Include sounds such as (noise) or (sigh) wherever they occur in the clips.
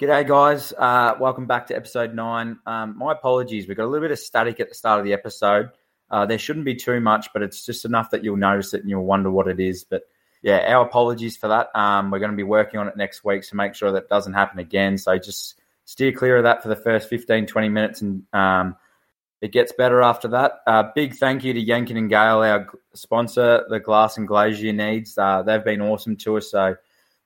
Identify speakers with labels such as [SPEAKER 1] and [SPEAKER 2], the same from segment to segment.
[SPEAKER 1] G'day, guys. Uh, welcome back to episode nine. Um, my apologies. We got a little bit of static at the start of the episode. Uh, there shouldn't be too much, but it's just enough that you'll notice it and you'll wonder what it is. But yeah, our apologies for that. Um, we're going to be working on it next week, so make sure that doesn't happen again. So just steer clear of that for the first 15, 20 minutes, and um, it gets better after that. Uh, big thank you to Yankin and Gale, our g- sponsor, the Glass and Glazier Needs. Uh, they've been awesome to us. So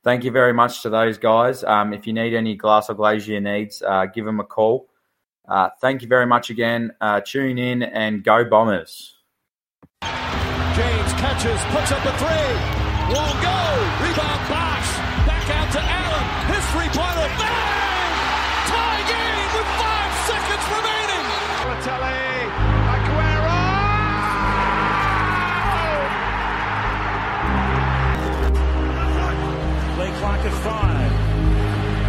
[SPEAKER 1] thank you very much to those guys. Um, if you need any glass or glazier needs, uh, give them a call. Uh, thank you very much again. Uh, tune in and go Bombers.
[SPEAKER 2] James catches, puts up a three. Won't go. Rebound box. Back out to Allen. His three-pointer. Bang! Tie game with five seconds remaining. Balotelli. Aguero.
[SPEAKER 3] Play clock at five.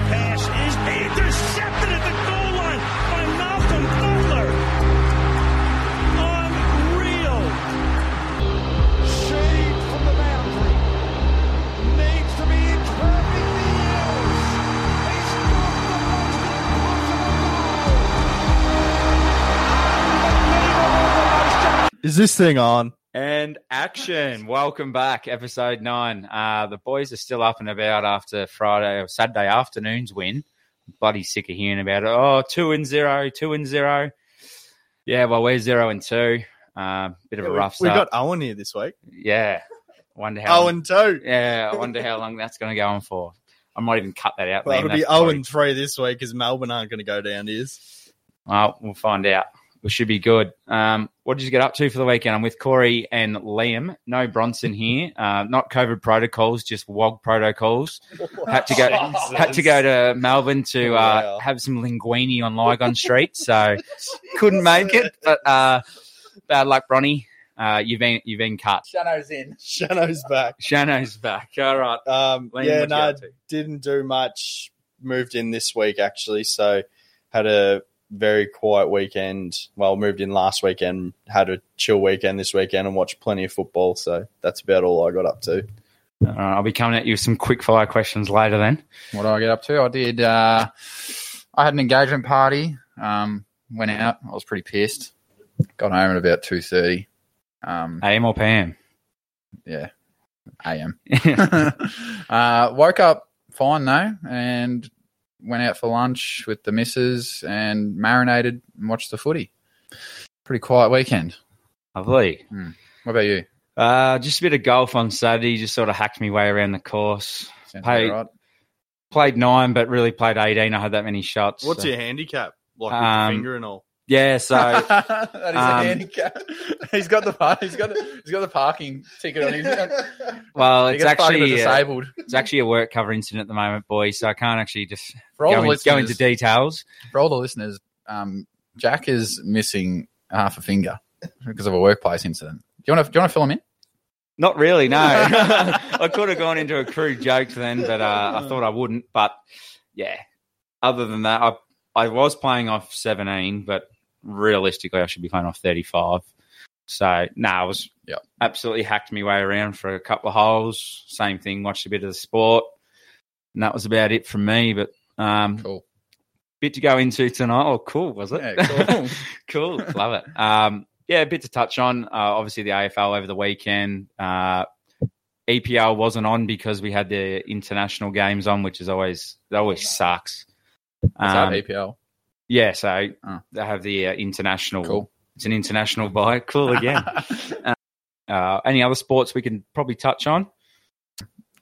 [SPEAKER 3] Pass is intercepted at the goal line by Malcolm Butler. Unreal.
[SPEAKER 2] Shade from the boundary. Needs to be in perfect yields. He's got the most impossible goal.
[SPEAKER 4] Is this thing on?
[SPEAKER 1] And action. Welcome back, episode nine. Uh, the boys are still up and about after Friday or Saturday afternoon's win. Bloody sick of hearing about it. Oh, two and zero, two and zero. Yeah, well, we're zero and two. Uh, bit of a
[SPEAKER 4] we,
[SPEAKER 1] rough
[SPEAKER 4] we
[SPEAKER 1] start.
[SPEAKER 4] got oh Owen here this week.
[SPEAKER 1] yeah. Wonder how
[SPEAKER 4] Owen two.
[SPEAKER 1] Yeah, I wonder how long that's going to go on for. I might even cut that out.
[SPEAKER 4] Well,
[SPEAKER 1] Liam.
[SPEAKER 4] it'll be
[SPEAKER 1] That's probably-
[SPEAKER 4] Owen three this week because Melbourne aren't going to go down. Is
[SPEAKER 1] Well, we'll find out. We should be good. Um, what did you get up to for the weekend? I'm with Corey and Liam. No Bronson here. Uh, not COVID protocols, just WOG protocols. Had to go. Had to go to Melbourne to uh,
[SPEAKER 4] Wow.
[SPEAKER 1] have some linguine on Lygon Street, so
[SPEAKER 4] (laughs)
[SPEAKER 1] couldn't make it. But uh, bad luck, Bronny. Uh, you've been you've been cut.
[SPEAKER 4] Shano's in. Shano's back.
[SPEAKER 1] Shano's back. All right.
[SPEAKER 4] Um,
[SPEAKER 1] Liam,
[SPEAKER 4] yeah,
[SPEAKER 1] what you
[SPEAKER 4] no,
[SPEAKER 1] up to?
[SPEAKER 4] didn't do much. Moved in this week actually, so had a very quiet weekend. Well, moved in last weekend, had a chill weekend this weekend, and watched plenty of football. So that's about all I got up to.
[SPEAKER 1] All right, Uh, I'll be coming at you with some quick fire questions later. Then
[SPEAKER 5] What did I get up to? I did. Uh, I had an engagement party. Um, went out. I was pretty pissed. Got home at about two thirty. Um,
[SPEAKER 1] AM or PM?
[SPEAKER 5] yeah, a.m. (laughs) uh, woke up fine though, and went out for lunch with the missus and marinated and watched the footy. Pretty quiet weekend.
[SPEAKER 1] Lovely.
[SPEAKER 5] What about you?
[SPEAKER 1] Uh, just a bit of golf on Saturday. Just sort of hacked me way around the course.
[SPEAKER 5] Sounds
[SPEAKER 1] Hey,
[SPEAKER 5] about right.
[SPEAKER 1] Played nine, but really played eighteen. I had that many shots.
[SPEAKER 4] What's
[SPEAKER 1] so-
[SPEAKER 4] your handicap? Like
[SPEAKER 1] with your Um, finger
[SPEAKER 4] and all.
[SPEAKER 1] Yeah, so
[SPEAKER 5] (laughs) that is
[SPEAKER 1] Um,
[SPEAKER 5] a handicap. (laughs) he's got the par- he's got the, he's got the parking ticket on his.
[SPEAKER 1] well,
[SPEAKER 5] He
[SPEAKER 1] it's
[SPEAKER 5] gets parked as
[SPEAKER 1] actually uh,
[SPEAKER 5] disabled.
[SPEAKER 1] it's actually a work cover incident at the moment, boys. So I can't actually just
[SPEAKER 5] For all
[SPEAKER 1] go,
[SPEAKER 5] the
[SPEAKER 1] in,
[SPEAKER 5] listeners,
[SPEAKER 1] go into details.
[SPEAKER 5] for all the listeners, um, Jack is missing half a finger because of a workplace incident. Do you want to? Do you want to fill him in?
[SPEAKER 1] Not really.
[SPEAKER 5] (laughs)
[SPEAKER 1] No, (laughs) I could have gone into a crude joke then, but uh, I thought I wouldn't. But yeah, other than that, I I was playing off seventeen, but realistically, I should be playing off thirty-five. So no, I was
[SPEAKER 5] Yep.
[SPEAKER 1] absolutely hacked my way around for a couple of holes. Same thing, watched a bit of the sport, and that was about it from me. But um,
[SPEAKER 5] Cool.
[SPEAKER 1] bit to go into tonight. Oh, cool, was it?
[SPEAKER 5] Yeah,
[SPEAKER 1] (laughs)
[SPEAKER 5] cool.
[SPEAKER 1] cool, love it. Um, yeah, a bit to touch on. Uh, obviously, the AFL over the weekend. Uh, EPL wasn't on because we had the international games on, which is always that always sucks.
[SPEAKER 5] Is
[SPEAKER 1] Um,
[SPEAKER 5] that EPL?
[SPEAKER 1] yeah, so
[SPEAKER 5] Oh.
[SPEAKER 1] they have the uh, international.
[SPEAKER 5] Cool.
[SPEAKER 1] It's an international buy. (laughs) Cool
[SPEAKER 5] (laughs)
[SPEAKER 1] again. uh, any other sports we can probably touch on?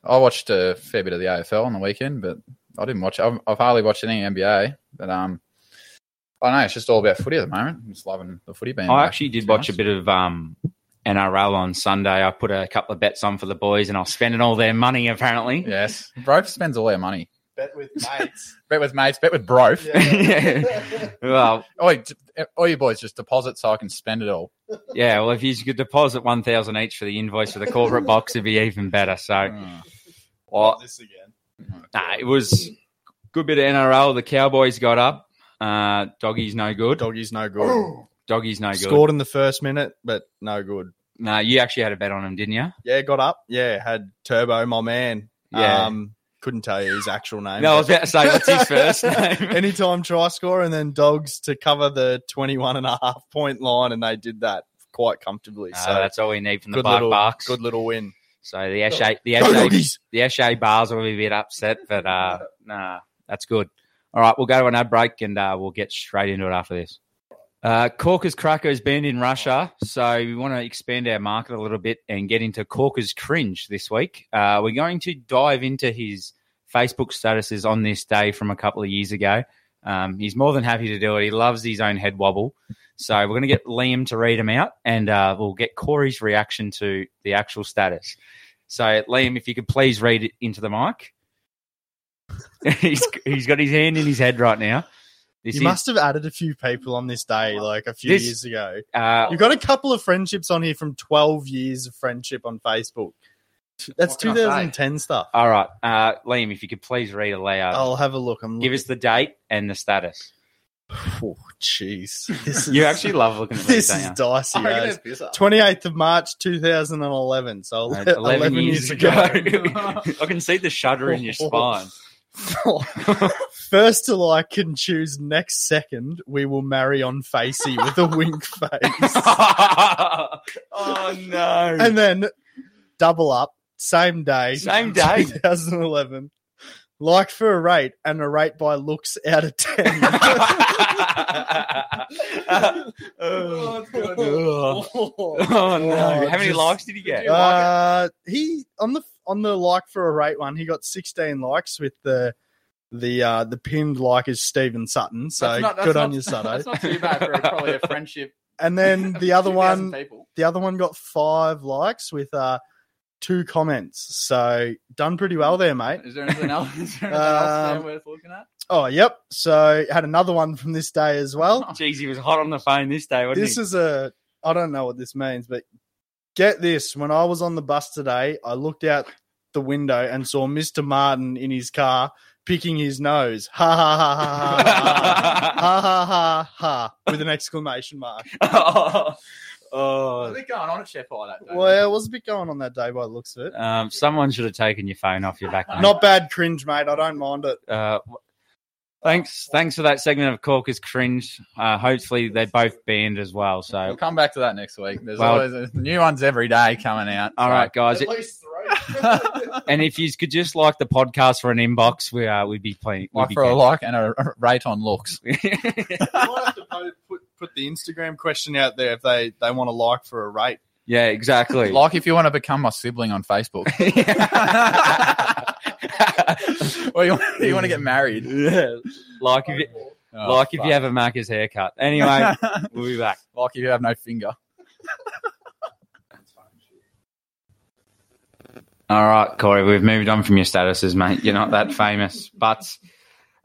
[SPEAKER 5] I watched a fair bit of the AFL on the weekend, but I didn't watch. I've, I've hardly watched any NBA, but um, I don't know it's just all about footy at the moment. I'm just loving the footy band.
[SPEAKER 1] I actually did watch a bit of um, NRL on Sunday. I put a couple of bets on for the boys, and I was spending all their money apparently.
[SPEAKER 5] Yes, bro spends all our money.
[SPEAKER 4] Bet (laughs) with mates.
[SPEAKER 5] Bet with mates. Bet with bro.
[SPEAKER 1] (laughs)
[SPEAKER 5] (laughs)
[SPEAKER 1] Yeah. well,
[SPEAKER 5] Oh, all you boys just deposit so I can spend it all.
[SPEAKER 1] yeah. Well, if you could deposit one thousand each for the invoice for the corporate box, it'd be even better. So,
[SPEAKER 5] Mm.
[SPEAKER 1] well,
[SPEAKER 4] this again.
[SPEAKER 1] nah, it was good bit of NRL. The Cowboys got up. Uh, doggies no good.
[SPEAKER 4] Doggy's no
[SPEAKER 1] Oh.
[SPEAKER 4] good.
[SPEAKER 1] Doggies no good.
[SPEAKER 4] Scored in the first minute, but no good.
[SPEAKER 1] Nah, you actually had a bet on them, didn't you?
[SPEAKER 4] Yeah, got up. Yeah, had Turbo, my man.
[SPEAKER 1] Yeah.
[SPEAKER 4] Um, couldn't tell you his actual name.
[SPEAKER 1] No, I was about to say, what's his
[SPEAKER 4] (laughs)
[SPEAKER 1] first name?
[SPEAKER 4] Anytime try score and then dogs to cover the 21 and a half point line, and they did that quite comfortably.
[SPEAKER 1] Uh,
[SPEAKER 4] so
[SPEAKER 1] that's all we need from the
[SPEAKER 4] good
[SPEAKER 1] Bark
[SPEAKER 4] little,
[SPEAKER 1] Barks.
[SPEAKER 4] good little win.
[SPEAKER 1] So the Ashay, the
[SPEAKER 4] Go
[SPEAKER 1] Ashay,
[SPEAKER 4] doggies!
[SPEAKER 1] the Ashay bars will be a bit upset, but uh, nah, that's good. All right, we'll go to an ad break and uh, we'll get straight into it after this. Uh, Corker's Cracker is banned in Russia, so we want to expand our market a little bit and get into Corker's Cringe this week. Uh, we're going to dive into his Facebook statuses on this day from a couple of years ago. Um, he's more than happy to do it. He loves his own head wobble. So we're going to get Liam to read them out and uh, we'll get Corey's reaction to the actual status. So, Liam, if you could please read it into the mic. (laughs) he's, he's got his hand in his head right now. This
[SPEAKER 4] you
[SPEAKER 1] is,
[SPEAKER 4] must have added a few people on this day, like a few
[SPEAKER 1] This-
[SPEAKER 4] years ago.
[SPEAKER 1] uh,
[SPEAKER 4] You've got a couple of friendships on here from 12 years of friendship on Facebook. That's
[SPEAKER 5] What can I say?
[SPEAKER 4] 2010 stuff.
[SPEAKER 1] all right, uh, Liam, if you could please read a layout.
[SPEAKER 4] I'll have a look. I'm
[SPEAKER 1] Give us the date and the status.
[SPEAKER 4] Oh,
[SPEAKER 1] (laughs)
[SPEAKER 4] jeez. This
[SPEAKER 1] You
[SPEAKER 4] is-
[SPEAKER 1] actually love looking at these,
[SPEAKER 4] This is
[SPEAKER 1] don't you?
[SPEAKER 4] dicey. as. 28th of March 2011. So
[SPEAKER 1] Uh,
[SPEAKER 4] 11, years, ago.
[SPEAKER 1] (laughs) I can see the shudder
[SPEAKER 4] (laughs)
[SPEAKER 1] in your spine.
[SPEAKER 4] First to like can choose next second, we will marry on facey with a wink
[SPEAKER 5] (laughs)
[SPEAKER 4] face.
[SPEAKER 1] oh, no.
[SPEAKER 4] and (laughs) then double up, same day.
[SPEAKER 1] Same day.
[SPEAKER 4] 2011. Like for a rate and a rate by looks out of
[SPEAKER 5] (laughs)
[SPEAKER 4] 10.
[SPEAKER 1] (laughs) oh, no. How many
[SPEAKER 4] Oh, just-
[SPEAKER 1] likes did he get?
[SPEAKER 4] Uh, he on the on the like for a rate one, he got 16 likes with the the uh the pinned like is Stephen Sutton. So
[SPEAKER 5] That's not- that's
[SPEAKER 4] good on
[SPEAKER 5] not- (laughs)
[SPEAKER 4] you, Sutto.
[SPEAKER 5] That's not too bad for a, probably a friendship.
[SPEAKER 4] (laughs) and then the
[SPEAKER 5] (laughs)
[SPEAKER 4] other
[SPEAKER 5] 2,000
[SPEAKER 4] one,
[SPEAKER 5] people.
[SPEAKER 4] the other one got five likes with uh two comments. So done pretty well there, mate.
[SPEAKER 5] Is there anything else? Is there anything else there
[SPEAKER 4] Um,
[SPEAKER 5] worth looking at?
[SPEAKER 4] Oh, yep. So had another one from this day as well.
[SPEAKER 1] Jeez, he was hot on the phone this day, wasn't
[SPEAKER 4] this
[SPEAKER 1] he?
[SPEAKER 4] is (laughs) a I don't know what this means, but get this. When I was on the bus today, I looked out the window and saw Mr. Martin in his car picking his nose. Ha ha ha ha ha ha ha. ha ha ha ha with an exclamation mark.
[SPEAKER 1] (laughs) oh,
[SPEAKER 4] (laughs)
[SPEAKER 5] Was it going on at Chef Eye that day?
[SPEAKER 4] Well, yeah, what's a bit going on that day by the looks of it.
[SPEAKER 1] um, someone should have taken your phone off your back. mate.
[SPEAKER 4] Not bad cringe, mate. I don't mind it.
[SPEAKER 1] Uh, w- thanks, thanks for that segment of Corker's cringe. Uh, hopefully, they're both banned as well.
[SPEAKER 5] We'll
[SPEAKER 1] So,
[SPEAKER 5] come back to that next week. There's
[SPEAKER 1] Well-
[SPEAKER 5] always a, new ones every day coming out.
[SPEAKER 1] all right, guys. It-
[SPEAKER 5] least three.
[SPEAKER 1] and if you could just like the podcast for an inbox, we uh, we'd be playing.
[SPEAKER 5] (laughs) like for a like and a a rate on looks.
[SPEAKER 4] I might have to po- put, put the Instagram question out there if they, they want to like for a rate.
[SPEAKER 1] (laughs) yeah, exactly.
[SPEAKER 5] (laughs) Like if you want to become my sibling on Facebook,
[SPEAKER 4] (laughs)
[SPEAKER 5] or you want, you want to get married.
[SPEAKER 1] Yeah. (laughs) Like if you,
[SPEAKER 5] Oh,
[SPEAKER 1] like if
[SPEAKER 5] fuck.
[SPEAKER 1] you have a Macca's haircut. Anyway,
[SPEAKER 5] (laughs) like
[SPEAKER 1] we'll be back.
[SPEAKER 5] if you have no finger.
[SPEAKER 1] All right, Corey, we've moved on from your statuses, mate. You're not that famous. But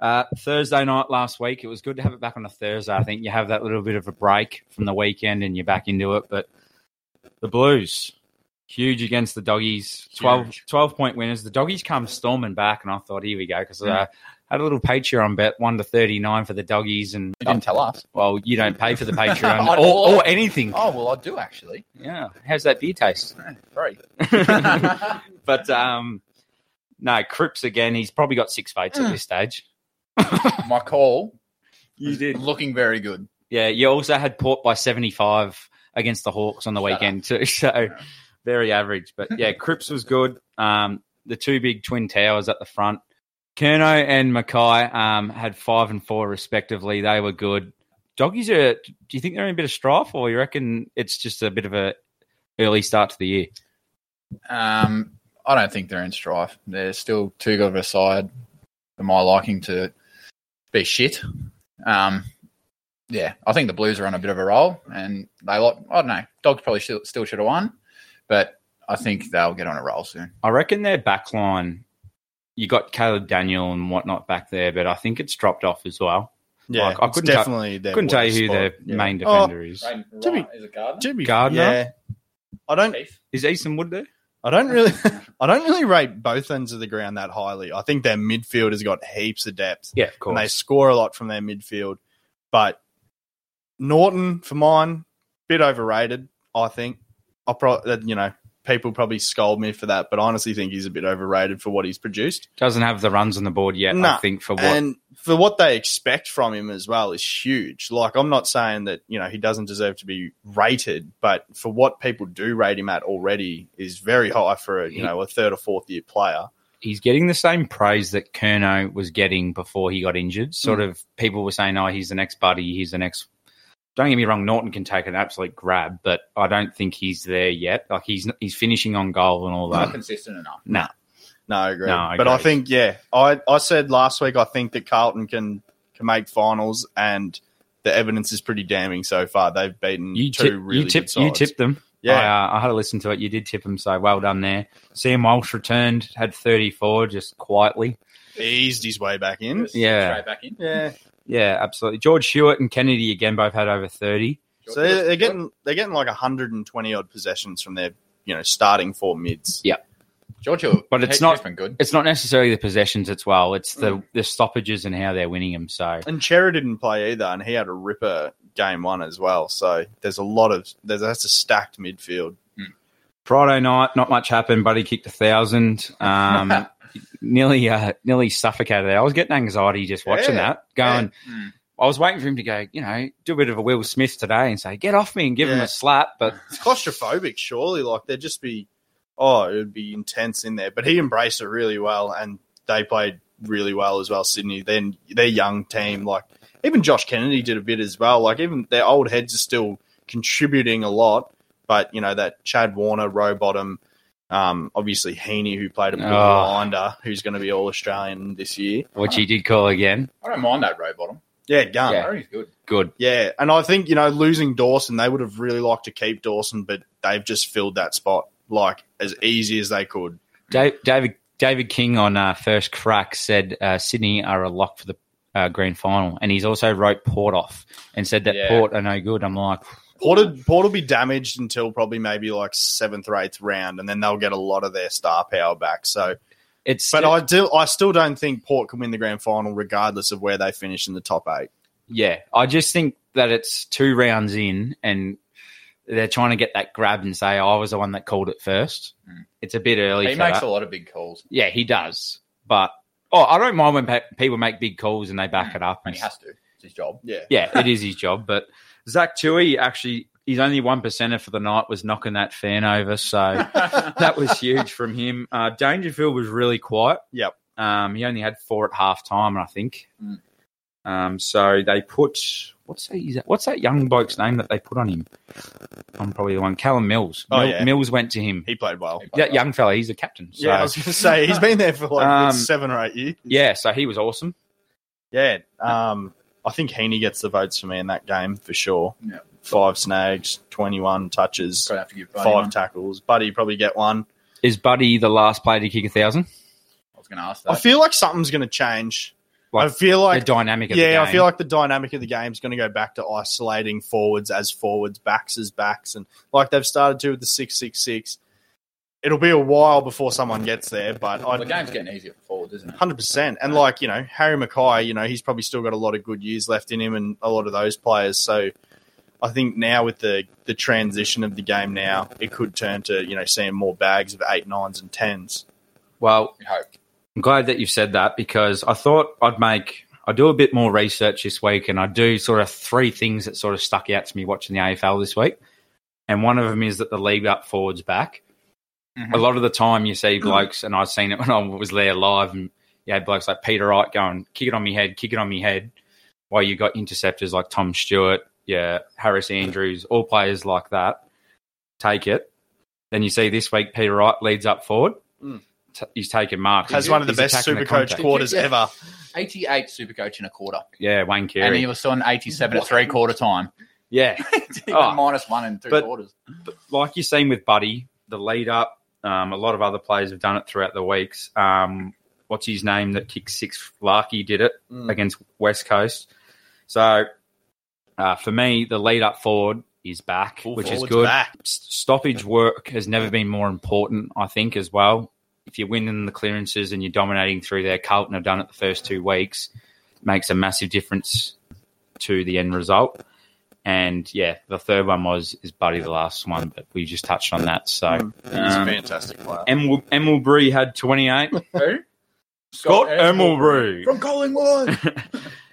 [SPEAKER 1] uh, Thursday night last week, it was good to have it back on a Thursday. I think you have that little bit of a break from the weekend and you're back into it. But the Blues, huge against the Doggies, 12, 12 point winners. The Doggies come storming back, and I thought, here we go, because I had a little Patreon bet, 1 to 39 for the Doggies. And,
[SPEAKER 5] You didn't tell us.
[SPEAKER 1] well, you don't pay
[SPEAKER 5] (laughs)
[SPEAKER 1] for the Patreon
[SPEAKER 5] I-
[SPEAKER 1] or, or anything.
[SPEAKER 5] Oh well, I do actually.
[SPEAKER 1] Yeah. How's that beer
[SPEAKER 5] (laughs)
[SPEAKER 1] taste? (laughs)
[SPEAKER 5] Three.
[SPEAKER 1] but um, no, Cripps again. He's probably got six votes at this stage.
[SPEAKER 5] My call
[SPEAKER 1] You did.
[SPEAKER 5] looking very good.
[SPEAKER 1] Yeah, you also had Port by seventy-five against the Hawks on the
[SPEAKER 5] Shut
[SPEAKER 1] weekend too. (laughs) So very average. But yeah, Cripps was good. Um, the two big twin towers at the front. Kerno and Mackay um, had five and four respectively. They were good. Doggies are. Do you think they're in a bit of strife, or you reckon it's just a bit of a early start to the year?
[SPEAKER 5] Um, I don't think they're in strife. They're still too good of a side, to my liking, to be shit. Um, yeah, I think the Blues are on a bit of a roll, and they like I don't know. Dogs probably still, still should have won, but I think they'll get on a roll soon.
[SPEAKER 1] I reckon their back line, you got Caleb Daniel and whatnot back there, but I think it's dropped off as well.
[SPEAKER 4] Yeah,
[SPEAKER 1] Like, I
[SPEAKER 4] it's
[SPEAKER 1] couldn't tell-
[SPEAKER 4] definitely. their
[SPEAKER 1] Couldn't tell you
[SPEAKER 4] weak
[SPEAKER 1] who
[SPEAKER 4] spot.
[SPEAKER 1] their
[SPEAKER 4] Yeah.
[SPEAKER 1] main
[SPEAKER 4] Oh,
[SPEAKER 1] defender is.
[SPEAKER 4] To be-
[SPEAKER 5] is it Gardner?
[SPEAKER 4] Jimmy
[SPEAKER 1] Gardner?
[SPEAKER 4] Yeah. I don't.
[SPEAKER 1] Is Easton Wood there?
[SPEAKER 4] I don't really. (laughs) I don't really rate both ends of the ground that highly. I think their midfield has got heaps of depth,
[SPEAKER 1] Yeah, of
[SPEAKER 4] and they score a lot from their midfield. But Norton, for mine, bit overrated. I think. I probably you know people probably scold me for that, but I honestly think he's a bit overrated for what he's produced.
[SPEAKER 1] Doesn't have the runs on the board yet, I
[SPEAKER 4] Nah.
[SPEAKER 1] think, for what.
[SPEAKER 4] And for what they expect from him as well is huge. Like, I'm not saying that, you know, he doesn't deserve to be rated, but for what people do rate him at already is very high for, a, you know, a third or fourth year player.
[SPEAKER 1] he's getting the same praise that Kerno was getting before he got injured. Sort
[SPEAKER 4] Hmm.
[SPEAKER 1] of people were saying, oh, he's the next buddy, he's the next. Don't get me wrong, Norton can take an absolute grab, but I don't think he's there yet. Like he's he's finishing on goal and all
[SPEAKER 5] Not
[SPEAKER 1] that.
[SPEAKER 5] consistent enough.
[SPEAKER 1] nah,
[SPEAKER 4] No, I agree.
[SPEAKER 1] No, I
[SPEAKER 4] but I
[SPEAKER 1] agree.
[SPEAKER 4] think, yeah, I, I said last week I think that Carlton can can make finals, and the evidence is pretty damning so far. They've beaten
[SPEAKER 1] you
[SPEAKER 4] two
[SPEAKER 1] tip,
[SPEAKER 4] really
[SPEAKER 1] you
[SPEAKER 4] good
[SPEAKER 1] tipped
[SPEAKER 4] sides.
[SPEAKER 1] you tipped them.
[SPEAKER 4] Yeah,
[SPEAKER 1] I, uh, I had a listen to it. You did tip him, so well done there. Sam Walsh returned, had thirty four, just quietly.
[SPEAKER 4] eased his way back in.
[SPEAKER 1] Yeah.
[SPEAKER 5] Straight back in.
[SPEAKER 4] Yeah,
[SPEAKER 1] Yeah, absolutely. George Hewitt and Kennedy again both had over thirty.
[SPEAKER 4] so they're, they're getting they're getting like hundred and twenty odd possessions from their you know starting four mids.
[SPEAKER 5] George Hill,
[SPEAKER 1] But it's
[SPEAKER 5] he's
[SPEAKER 1] not-
[SPEAKER 5] been good.
[SPEAKER 1] It's not necessarily the possessions as well; it's the
[SPEAKER 4] Mm.
[SPEAKER 1] the stoppages and how they're winning them. So
[SPEAKER 4] And Chera didn't play either, and he had a ripper game one as well. So there's a lot of there's that's a stacked midfield.
[SPEAKER 1] Friday night, not much happened. Buddy kicked a thousand.
[SPEAKER 4] (laughs)
[SPEAKER 1] Um, nearly, uh, nearly suffocated. There. I was getting anxiety just watching
[SPEAKER 4] Yeah.
[SPEAKER 1] that. Going,
[SPEAKER 5] Yeah. Mm.
[SPEAKER 1] I was waiting for him to go. You know, do a bit of a Will Smith today and say, "Get off me" and give him
[SPEAKER 4] Yeah.
[SPEAKER 1] a slap. But
[SPEAKER 4] It's claustrophobic, surely. Like there'd just be oh, it would be intense in there. But he embraced it really well, and they played really well as well. Sydney, then their young team, like even Josh Kennedy did a bit as well. Like even their old heads are still contributing a lot. But you know that Chad Warner, Rowbottom, um, obviously Heaney, who played a
[SPEAKER 1] Oh.
[SPEAKER 4] ball blinder, who's going to be all Australian this year.
[SPEAKER 1] which he did call again.
[SPEAKER 5] I don't mind that row bottom.
[SPEAKER 4] Yeah, gun.
[SPEAKER 5] I reckon he's good.
[SPEAKER 1] Good.
[SPEAKER 4] Yeah, and I think you know losing Dawson, they would have really liked to keep Dawson, but they've just filled that spot like as easy as they could.
[SPEAKER 1] Da- David David King on uh, first crack said uh, Sydney are a lock for the uh, grand final, and he's also wrote Port off and said that
[SPEAKER 5] Yeah.
[SPEAKER 1] Port are no good. I'm like,
[SPEAKER 4] Port, Port will be damaged until probably maybe like seventh or eighth round, and then they'll get a lot of their star power back. So,
[SPEAKER 1] it's
[SPEAKER 4] but I do, I still don't think Port can win the grand final, regardless of where they finish in the top eight.
[SPEAKER 1] Yeah, I just think that it's two rounds in, and they're trying to get that grab and say, "Oh, "I was the one that called it first.
[SPEAKER 5] Mm.
[SPEAKER 1] It's a bit early.
[SPEAKER 5] He
[SPEAKER 1] for
[SPEAKER 5] makes
[SPEAKER 1] that.
[SPEAKER 5] a lot of big calls,
[SPEAKER 1] yeah, he does. But oh, I don't mind when pe- people make big calls and they back it up.
[SPEAKER 5] and Hmm. he has to. It's his
[SPEAKER 4] (laughs)
[SPEAKER 5] job.
[SPEAKER 4] Yeah,
[SPEAKER 1] yeah, it is his job. But Zach Tui actually, he's only one percenter for the night. Was knocking that fan over,
[SPEAKER 4] (laughs)
[SPEAKER 1] so that was huge from him. Uh, Dangerfield was really quiet.
[SPEAKER 4] Yep.
[SPEAKER 1] Um, he only had four at half time, I think.
[SPEAKER 5] Mm.
[SPEAKER 1] Um, so they put what's that, is that? What's that young bloke's name that they put on him? I'm probably the one. Callum Mills.
[SPEAKER 4] Oh,
[SPEAKER 1] Mil-
[SPEAKER 4] yeah.
[SPEAKER 1] Mills went to him.
[SPEAKER 4] he played well.
[SPEAKER 1] That young fella, he's a captain. So,
[SPEAKER 4] yeah, I
[SPEAKER 1] yeah.
[SPEAKER 4] was going to say he's been there for like
[SPEAKER 1] Um,
[SPEAKER 4] seven or eight years.
[SPEAKER 1] so he was awesome.
[SPEAKER 4] Yeah, um, I think Heaney gets the votes for me in that game for sure.
[SPEAKER 5] (laughs) Yeah.
[SPEAKER 4] Five snags, twenty-one touches,
[SPEAKER 5] Gonna have to give Buddy
[SPEAKER 4] five
[SPEAKER 5] one.
[SPEAKER 4] tackles. Buddy probably get one.
[SPEAKER 1] Is Buddy the last player to kick a thousand?
[SPEAKER 5] I was going to ask
[SPEAKER 4] I
[SPEAKER 5] that.
[SPEAKER 4] feel like something's going to change.
[SPEAKER 1] Like,
[SPEAKER 4] I feel
[SPEAKER 1] The
[SPEAKER 4] like
[SPEAKER 1] dynamic of the
[SPEAKER 4] yeah, I
[SPEAKER 1] game.
[SPEAKER 4] feel like the dynamic of the game is going to go back to isolating forwards as forwards, backs as backs, and like they've started to with the six six six. It'll be a while before someone gets there, but
[SPEAKER 5] the
[SPEAKER 4] I
[SPEAKER 5] game's getting easier for forwards, isn't it?
[SPEAKER 4] hundred percent. And like you know, Harry Mackay, you know, he's probably still got a lot of good years left in him, and a lot of those players. So I think now with the the transition of the game now, it could turn to you know seeing more bags of eight nines and tens.
[SPEAKER 1] well,
[SPEAKER 5] We hope.
[SPEAKER 1] I'm glad that you've said that because I thought I'd make I do a bit more research this week and I do sort of three things that sort of stuck out to me watching the AFL this week. And one of them is that the league up forwards back.
[SPEAKER 5] Mhm.
[SPEAKER 4] Mm-hmm.
[SPEAKER 1] A lot of the time you see blokes and I've seen it when I was there live and you had blokes like Peter Wright going, kick it on me head, kick it on me head. While you got interceptors like Tom Stewart, yeah, Harris Andrews, all players like that. Take it. Then you see this week Peter Wright leads up forward.
[SPEAKER 4] Mm.
[SPEAKER 1] T- he's taking marks.
[SPEAKER 4] Has
[SPEAKER 1] He's-
[SPEAKER 4] one of the
[SPEAKER 1] he's
[SPEAKER 4] best
[SPEAKER 1] attacking the
[SPEAKER 4] super
[SPEAKER 1] contact.
[SPEAKER 4] coach quarters
[SPEAKER 5] Yeah.
[SPEAKER 4] ever.
[SPEAKER 5] 88 Supercoach in a quarter.
[SPEAKER 1] Yeah, Wayne
[SPEAKER 5] And
[SPEAKER 1] Carey.
[SPEAKER 5] he was on 87 at three quarter time.
[SPEAKER 1] yeah,
[SPEAKER 5] (laughs) He
[SPEAKER 1] Oh.
[SPEAKER 5] went minus one and three
[SPEAKER 1] But-
[SPEAKER 5] quarters.
[SPEAKER 1] like you've seen with Buddy, the lead up. Um, a lot of other players have done it throughout the weeks. Um, what's his name that kicked six? Larky did it
[SPEAKER 4] Mm.
[SPEAKER 1] against West Coast. So uh, for me, the lead up forward is back,
[SPEAKER 4] Full
[SPEAKER 1] which is
[SPEAKER 4] forwards
[SPEAKER 1] good.
[SPEAKER 4] back.
[SPEAKER 1] S- Stoppage work has never been more important, I think, as well. If you're winning the clearances and you're dominating through there, Carlton have done it the first two weeks, makes a massive difference to the end result. And yeah, the third one was is Buddy the last one, but we just touched on that. So
[SPEAKER 4] He's a
[SPEAKER 1] um,
[SPEAKER 4] fantastic player.
[SPEAKER 1] Emil- Emilbury had twenty eight.
[SPEAKER 5] Who?
[SPEAKER 1] Scott Emilbury. (laughs)
[SPEAKER 5] From Collingwood.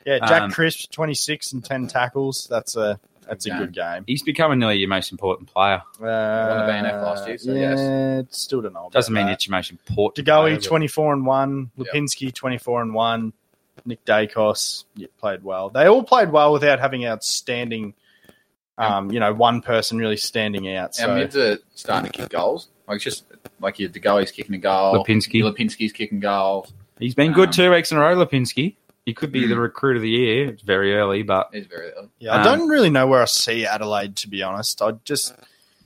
[SPEAKER 4] Yeah, Jack
[SPEAKER 1] um,
[SPEAKER 4] Crisp, twenty six and ten tackles. That's a that's a
[SPEAKER 5] Good
[SPEAKER 4] good game.
[SPEAKER 1] He's becoming nearly your most important player.
[SPEAKER 4] Uh,
[SPEAKER 5] the BNF last year, so
[SPEAKER 4] yeah,
[SPEAKER 5] yes.
[SPEAKER 4] still don't know.
[SPEAKER 1] Doesn't
[SPEAKER 4] about
[SPEAKER 1] mean
[SPEAKER 4] that.
[SPEAKER 1] it's your most important. player,
[SPEAKER 4] Degoe
[SPEAKER 1] but-
[SPEAKER 4] twenty four and one,
[SPEAKER 5] Yep.
[SPEAKER 4] Lipinski twenty four and one, Nick Dacos yeah, played well. They all played well without having outstanding, um, you know, one person really standing out. So
[SPEAKER 5] Our mids are starting to kick goals. Like it's just like your Degoe's kicking a goal.
[SPEAKER 1] Lipinski.
[SPEAKER 5] Lipinski's kicking goals.
[SPEAKER 1] He's been good
[SPEAKER 5] Um,
[SPEAKER 1] two weeks in a row, Lipinski. He could be
[SPEAKER 5] Hmm.
[SPEAKER 1] the recruit of the year. It's very early, but
[SPEAKER 5] He's very early.
[SPEAKER 4] yeah, I
[SPEAKER 1] um,
[SPEAKER 4] don't really know where I see Adelaide to be honest. I just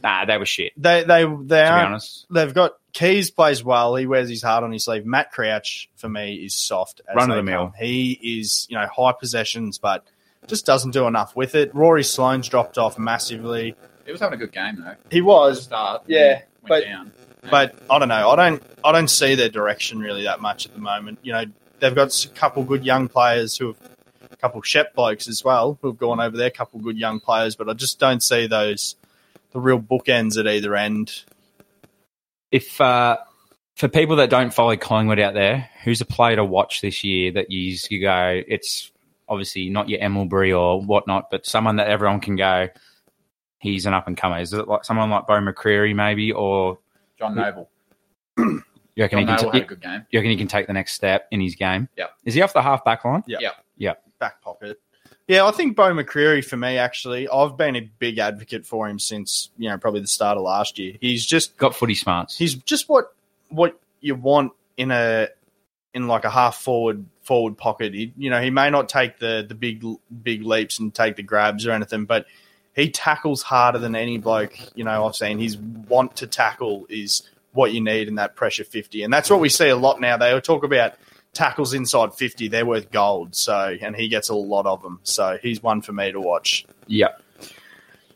[SPEAKER 1] nah, they were shit.
[SPEAKER 4] they they they
[SPEAKER 1] To be
[SPEAKER 4] are
[SPEAKER 1] honest,
[SPEAKER 4] they've got Keys plays well. He wears his heart on his sleeve. Matt Crouch for me is soft. as
[SPEAKER 1] Run of
[SPEAKER 4] they
[SPEAKER 1] the mill.
[SPEAKER 4] come. He is you know high possessions, but just doesn't do enough with it. Rory Sloan's dropped off massively.
[SPEAKER 5] He was having a good game though.
[SPEAKER 4] He was
[SPEAKER 5] Start.
[SPEAKER 4] Yeah,
[SPEAKER 5] went
[SPEAKER 4] but-
[SPEAKER 5] down.
[SPEAKER 4] but I don't know. I don't. I don't see their direction really that much at the moment. You know, they've got s- a couple good young players who have a couple Shep blokes as well who've gone over there. A couple good young players, but I just don't see those the real bookends at either end.
[SPEAKER 1] if uh, for people that don't follow Collingwood out there, who's a player to watch this year that you, you go? It's obviously not your Emilbury or whatnot, but someone that everyone can go. He's an up and comer. Is it like someone like Bo McCreary maybe, or
[SPEAKER 5] John Noble.
[SPEAKER 1] you reckon,
[SPEAKER 5] John
[SPEAKER 1] he can,
[SPEAKER 5] Noble had a
[SPEAKER 1] ta-
[SPEAKER 5] good game.
[SPEAKER 1] you reckon he can take the next step in his game?
[SPEAKER 5] Yeah.
[SPEAKER 1] Is he off the half back line?
[SPEAKER 4] Back pocket. Yeah, I think Bo McCreary for me actually. I've been a big advocate for him since you know probably the start of last year. He's just
[SPEAKER 1] Got footy smarts.
[SPEAKER 4] he's just what what you want in a in like a half forward forward pocket. He, you know, he may not take the the big big leaps and take the grabs or anything, but he tackles harder than any bloke you know I've seen. His want to tackle is what you need in that pressure fifty, and that's what we see a lot now. They talk about tackles inside fifty; they're worth gold. So, and he gets a lot of them. So he's one for me to watch.
[SPEAKER 1] Yeah.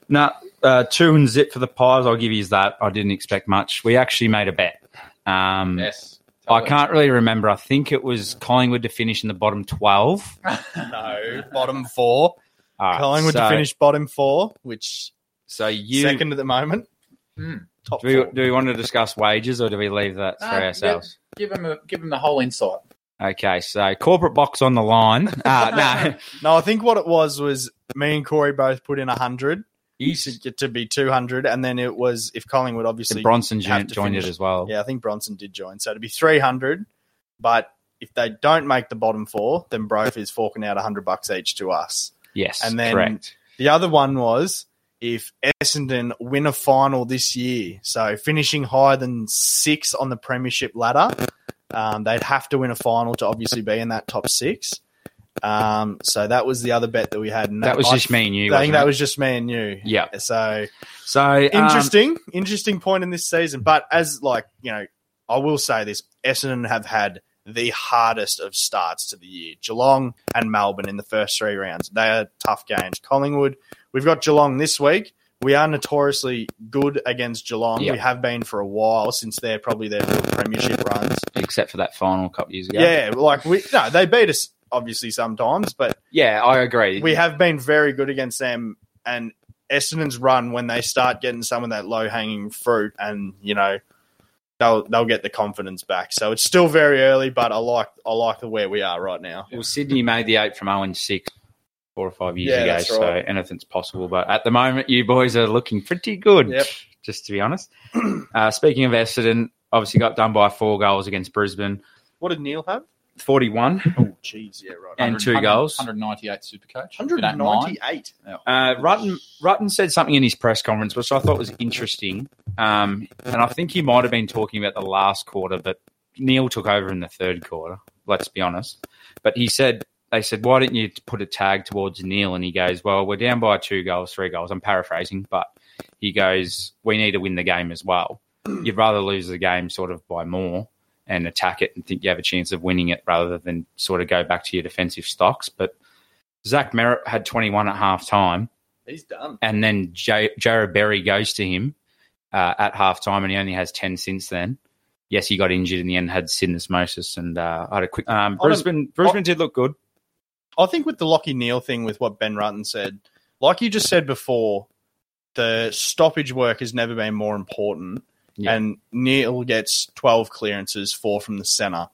[SPEAKER 1] Now, uh, two and zip for the Pies. I'll give you that. I didn't expect much. We actually made a bet. Um,
[SPEAKER 5] Yes.
[SPEAKER 1] I can't really remember. I think it was Collingwood to finish in the bottom 12.
[SPEAKER 4] No, bottom four.
[SPEAKER 1] All right,
[SPEAKER 4] (laughs) Collingwood
[SPEAKER 1] Uh, so-
[SPEAKER 4] to finish bottom four, which
[SPEAKER 1] So you
[SPEAKER 4] second at the moment.
[SPEAKER 5] Hmm.
[SPEAKER 4] Top
[SPEAKER 1] do, we,
[SPEAKER 4] four.
[SPEAKER 1] do we want to discuss wages or do we leave that for
[SPEAKER 5] No,
[SPEAKER 1] ourselves?
[SPEAKER 5] Give him a, give him the whole insight.
[SPEAKER 1] Okay, so corporate box on the
[SPEAKER 4] (laughs)
[SPEAKER 1] line. Uh, no,
[SPEAKER 4] No, I think what it was was me and Corey both put in hundred
[SPEAKER 1] (laughs) you
[SPEAKER 4] to get to be two hundred, and then it was if Collingwood obviously
[SPEAKER 1] Bronson
[SPEAKER 4] have
[SPEAKER 1] joined,
[SPEAKER 4] to
[SPEAKER 1] joined it
[SPEAKER 4] finish.
[SPEAKER 1] as well.
[SPEAKER 4] Yeah, I think Bronson did join, so it'd be three hundred. But if they don't make the bottom four, then Brof is forking out hundred bucks each to us.
[SPEAKER 1] Yes,
[SPEAKER 4] And then-
[SPEAKER 1] correct.
[SPEAKER 4] The other one was if Essendon win a final this year, so finishing higher than six on the premiership ladder, um, they'd have to win a final to obviously be in that top six. Um, so that was the other bet that we had. And
[SPEAKER 1] That was
[SPEAKER 4] I-
[SPEAKER 1] just me and you.
[SPEAKER 4] I think
[SPEAKER 1] wasn't
[SPEAKER 4] that
[SPEAKER 1] it?
[SPEAKER 4] was just me and you.
[SPEAKER 1] Yeah.
[SPEAKER 4] So
[SPEAKER 1] So um, interesting.
[SPEAKER 4] interesting, interesting point in this season. But as like you know, I will say this: Essendon have had the hardest of starts to the year. Geelong and Melbourne in the first three rounds. They are tough games. Collingwood. We've got Geelong this week. We are notoriously good against Geelong.
[SPEAKER 1] Yeah.
[SPEAKER 4] We have been for a while since they're probably their real premiership runs.
[SPEAKER 1] except for that final couple years ago.
[SPEAKER 4] Yeah, like we no, they beat us obviously sometimes, but
[SPEAKER 1] yeah, I agree.
[SPEAKER 4] we have been very good against them and Essendon's run when they start getting some of that low hanging fruit and you know they'll they'll get the confidence back. So it's still very early, but I like I like the where we are right now.
[SPEAKER 1] Well, Sydney made the eight from 0 and 6 four or five years
[SPEAKER 4] Yeah,
[SPEAKER 1] ago,
[SPEAKER 4] that's
[SPEAKER 1] so
[SPEAKER 4] right.
[SPEAKER 1] anything's possible. But at the moment, you boys are looking pretty good,
[SPEAKER 4] Yep.
[SPEAKER 1] just to be honest. (clears throat) Uh, speaking of Essendon, obviously got done by four goals against Brisbane,
[SPEAKER 4] What did Neil have?
[SPEAKER 1] 41.
[SPEAKER 4] Oh jeez, yeah, right.
[SPEAKER 1] And two goals.
[SPEAKER 5] 198 super coach.
[SPEAKER 4] 198.
[SPEAKER 1] Uh, Rutten, Rutten said something in his press conference, which I thought was interesting. Um, and I think he might have been talking about the last quarter, but Neil took over in the third quarter, let's be honest. But he said, they said, why didn't you put a tag towards Neil? And he goes, well, we're down by two goals, three goals. I'm paraphrasing, but he goes, we need to win the game as well. You'd rather lose the game sort of by more and attack it and think you have a chance of winning it rather than sort of go back to your defensive stocks. But Zach Merritt had 21 at half time
[SPEAKER 4] He's done.
[SPEAKER 1] and then J- Jared Berry goes to him uh, at halftime, and he only has ten since then. Yes, he got injured in the end, had syndesmosis, and uh, had a quick. Um,
[SPEAKER 4] I don't-
[SPEAKER 1] Brisbane, Brisbane did look good.
[SPEAKER 4] I think with the Lockie Neal thing with what Ben Rutten said, like you just said before, the stoppage work has never been more important.
[SPEAKER 1] Yeah.
[SPEAKER 4] And Neil gets 12 clearances, four from the center.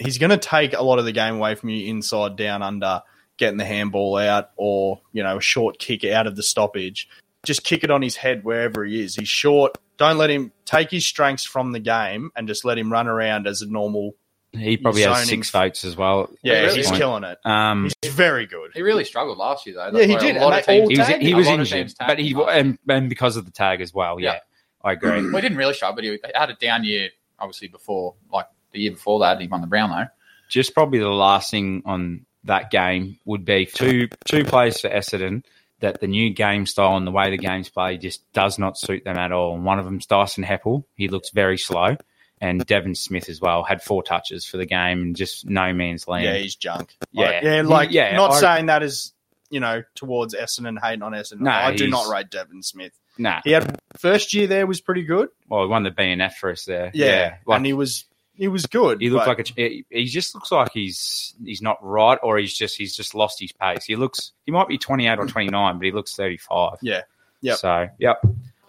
[SPEAKER 4] He's going to take a lot of the game away from you inside, down, under, getting the handball out or, you know, a short kick out of the stoppage. Just kick it on his head wherever he is. He's short. Don't let him take his strengths from the game and just let him run around as a normal.
[SPEAKER 1] He probably has
[SPEAKER 4] Zoning.
[SPEAKER 1] six votes as well.
[SPEAKER 4] Yeah,
[SPEAKER 5] really?
[SPEAKER 4] he's
[SPEAKER 1] Point.
[SPEAKER 4] killing it.
[SPEAKER 1] Um,
[SPEAKER 4] He's very good.
[SPEAKER 5] He really struggled last year, though.
[SPEAKER 4] Yeah, he did, and
[SPEAKER 5] A lot of
[SPEAKER 4] they all
[SPEAKER 5] teams,
[SPEAKER 1] he was
[SPEAKER 4] tagged
[SPEAKER 1] he
[SPEAKER 4] him.
[SPEAKER 1] was
[SPEAKER 5] A lot of
[SPEAKER 1] injured,
[SPEAKER 5] teams tagged
[SPEAKER 1] but he
[SPEAKER 5] him last year.
[SPEAKER 1] and, and because of the tag as well. Yeah,
[SPEAKER 5] Yeah.
[SPEAKER 1] I agree.
[SPEAKER 5] well, he didn't really struggle, but he had a down year, obviously, before, like the year before that, he won the Brownlow.
[SPEAKER 1] Just probably the last thing on that game would be two two plays for Essendon that the new game style and the way the games play just does not suit them at all. And one of them's Dyson Heppel. He looks very slow. And Devin Smith as well had four touches for the game and just no man's land.
[SPEAKER 4] Yeah, he's junk.
[SPEAKER 1] Yeah.
[SPEAKER 4] Like, yeah, like
[SPEAKER 1] Yeah,
[SPEAKER 4] not
[SPEAKER 1] I-
[SPEAKER 4] saying that is you know towards Essendon hating on Essendon.
[SPEAKER 1] No,
[SPEAKER 4] I do
[SPEAKER 1] he's-
[SPEAKER 4] not rate Devin Smith.
[SPEAKER 1] Nah.
[SPEAKER 4] He had first year there was pretty good.
[SPEAKER 1] Well, he won the BNF for us there.
[SPEAKER 4] Yeah,
[SPEAKER 1] Like,
[SPEAKER 4] and he was he was good.
[SPEAKER 1] He looks like
[SPEAKER 4] but
[SPEAKER 1] a. ch- He he just looks like he's he's not right, or he's just he's just lost his pace. He looks. He might be twenty eight or twenty nine, but he looks thirty five.
[SPEAKER 4] Yeah. Yep.
[SPEAKER 1] So yep.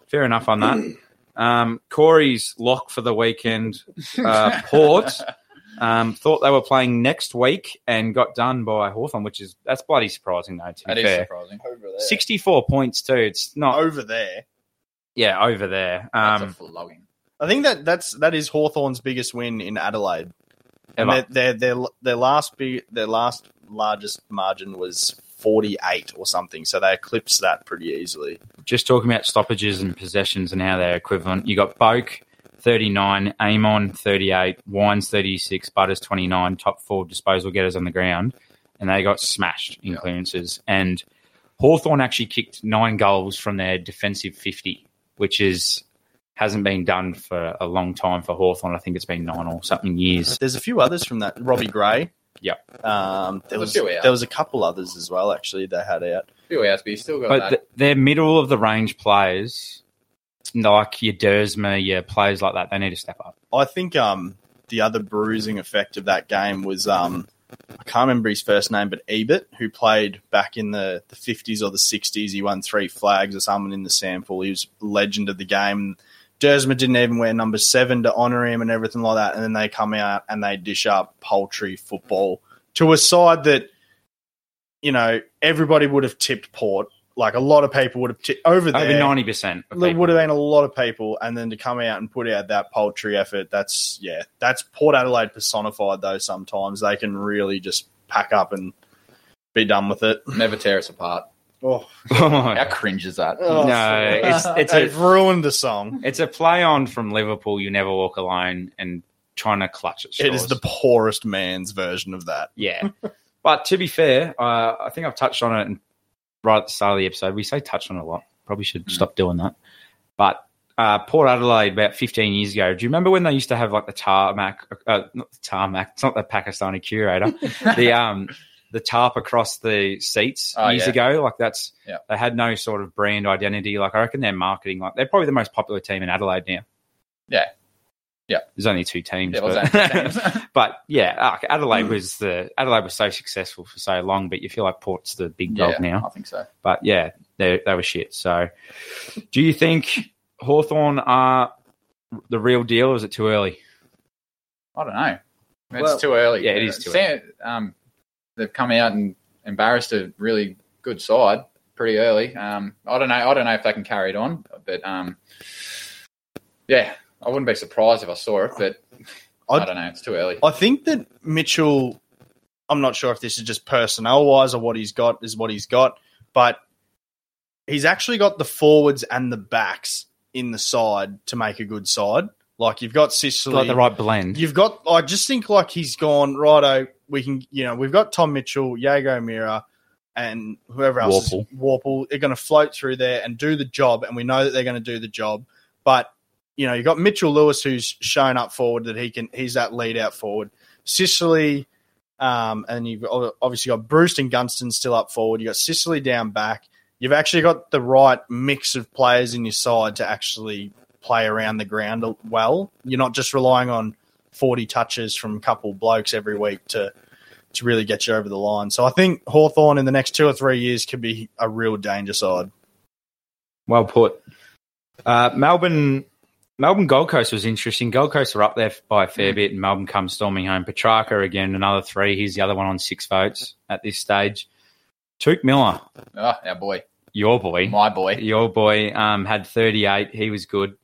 [SPEAKER 1] Fair enough on
[SPEAKER 5] (clears throat)
[SPEAKER 1] that. Um, Corey's lock for the weekend. Uh,
[SPEAKER 5] (laughs)
[SPEAKER 1] Port um, thought they were playing next week and got done by Hawthorn, which is that's bloody surprising though. To
[SPEAKER 5] That
[SPEAKER 1] be
[SPEAKER 5] is
[SPEAKER 1] fair,
[SPEAKER 5] surprising. Oh.
[SPEAKER 4] over there.
[SPEAKER 1] sixty four points too. It's not
[SPEAKER 4] over there.
[SPEAKER 1] yeah over there.
[SPEAKER 5] That's
[SPEAKER 1] Um,
[SPEAKER 5] a flogging.
[SPEAKER 4] I think that that's that is Hawthorn's biggest win in Adelaide. And
[SPEAKER 1] ever.
[SPEAKER 4] their their their, their last big their last largest margin was forty eight or something. So they eclipsed that pretty easily.
[SPEAKER 1] just talking about stoppages and possessions and how they're equivalent. You got Boak, 39, Amon, 38, Wines, 36, Butters, 29, top four disposal getters on the ground. And they got smashed in clearances. And Hawthorn actually kicked nine goals from their defensive 50, which is hasn't been done for a long time for Hawthorn. I think it's been nine or something years.
[SPEAKER 4] There's a few others from that. Robbie Gray.
[SPEAKER 1] Yep.
[SPEAKER 4] Um, there
[SPEAKER 5] There's a
[SPEAKER 4] was
[SPEAKER 5] few out.
[SPEAKER 4] there was a couple others as well. Actually, they had out.
[SPEAKER 5] Few hours, but you still got
[SPEAKER 1] But
[SPEAKER 5] that.
[SPEAKER 1] th- they're middle of the range players, like your Dersma, your players like that. They need to step up.
[SPEAKER 4] I think um the other bruising effect of that game was um I can't remember his first name, but Ebert, who played back in the the fifties or the sixties, he won three flags or someone in the sample. He was a legend of the game. Dersma didn't even wear number seven to honour him and everything like that. And then they come out and they dish up poultry football to a side that, you know, everybody would have tipped Port. Like a lot of people would have tipped over there
[SPEAKER 1] Over 90%. of
[SPEAKER 4] there
[SPEAKER 1] people.
[SPEAKER 4] would have been a lot of people, and then to come out and put out that poultry effort, that's yeah, that's Port Adelaide personified. Though sometimes they can really just pack up and be done with it.
[SPEAKER 5] Never tear us apart.
[SPEAKER 4] Oh,
[SPEAKER 5] How cringe is that?
[SPEAKER 4] Oh,
[SPEAKER 1] no, Uh,
[SPEAKER 5] (laughs)
[SPEAKER 1] it's it's
[SPEAKER 4] they've
[SPEAKER 1] a
[SPEAKER 4] ruined the song.
[SPEAKER 1] it's a play on from Liverpool. You never walk alone, and trying to clutch at
[SPEAKER 4] It is
[SPEAKER 1] straws.
[SPEAKER 4] the poorest man's version of that.
[SPEAKER 1] yeah. (laughs) but to be fair, uh, I think I've touched on it in- right at the start of the episode. We say touch on it a lot. Probably should
[SPEAKER 5] Mm.
[SPEAKER 1] stop doing that. But uh, Port Adelaide about 15 years ago. Do you remember when they used to have like the tarmac? Uh, not the tarmac. It's not the Pakistani
[SPEAKER 5] (laughs)
[SPEAKER 1] curator. the um the tarp across the seats
[SPEAKER 5] Oh,
[SPEAKER 1] years
[SPEAKER 5] yeah.
[SPEAKER 1] ago. Like that's
[SPEAKER 5] Yeah.
[SPEAKER 1] they had no sort of brand identity. Like I reckon their marketing, like they're probably the most popular team in Adelaide now.
[SPEAKER 5] Yeah. Yeah.
[SPEAKER 1] There's only two teams. (laughs)
[SPEAKER 5] Yeah, well,
[SPEAKER 1] but,
[SPEAKER 5] Zach- (laughs)
[SPEAKER 1] but yeah, like, Adelaide was the Adelaide was so successful for so long, but you feel like Port's the big dog
[SPEAKER 5] yeah,
[SPEAKER 1] now.
[SPEAKER 5] I think so.
[SPEAKER 1] But yeah, they they were shit. So do you think Hawthorn are the real deal or is it too early?
[SPEAKER 5] I don't know. It's
[SPEAKER 4] Well-
[SPEAKER 5] too early.
[SPEAKER 1] Yeah, it is too
[SPEAKER 5] Sam, Um, they've come out and embarrassed a really good side pretty early. Um, I don't know. I don't know if they can carry it on, but um, yeah, I wouldn't be surprised if I saw it. But I'd, I
[SPEAKER 4] I'd-
[SPEAKER 5] do not know. It's too early.
[SPEAKER 4] I think that Mitchell, I'm not sure if this is just personnel wise or what he's got is what he's got, but he's actually got the forwards and the backs in the side to make a good side. Like you've got Sicily,
[SPEAKER 1] Like the right blend.
[SPEAKER 4] you've got. I just think like he's gone righto. We can, you know, we've got Tom Mitchell, Yago Mira, and whoever else
[SPEAKER 1] Warple.
[SPEAKER 4] is Warple. They're going to float through there and do the job, and we know that they're going to do the job. But you know, you've got Mitchell Lewis, who's shown up forward that he can. He's that lead out forward. Sicily, um, and you've ob- obviously got Bruce and Gunston still up forward. You've got Sicily down back. You've actually got the right mix of players in your side to actually play around the ground well. You're not just relying on 40 touches from a couple blokes every week to to really get you over the line. So I think Hawthorn in the next two or three years could be a real danger side.
[SPEAKER 1] Well put. Uh, Melbourne, Melbourne Gold Coast was interesting. Gold Coast are up there by a fair bit, and Melbourne come storming home. Petrarca again, another three. He's the other one on six votes at this stage. Took Miller,
[SPEAKER 5] Oh, our boy.
[SPEAKER 1] your boy,
[SPEAKER 5] My boy.
[SPEAKER 1] your boy, um, had thirty eight. He was good.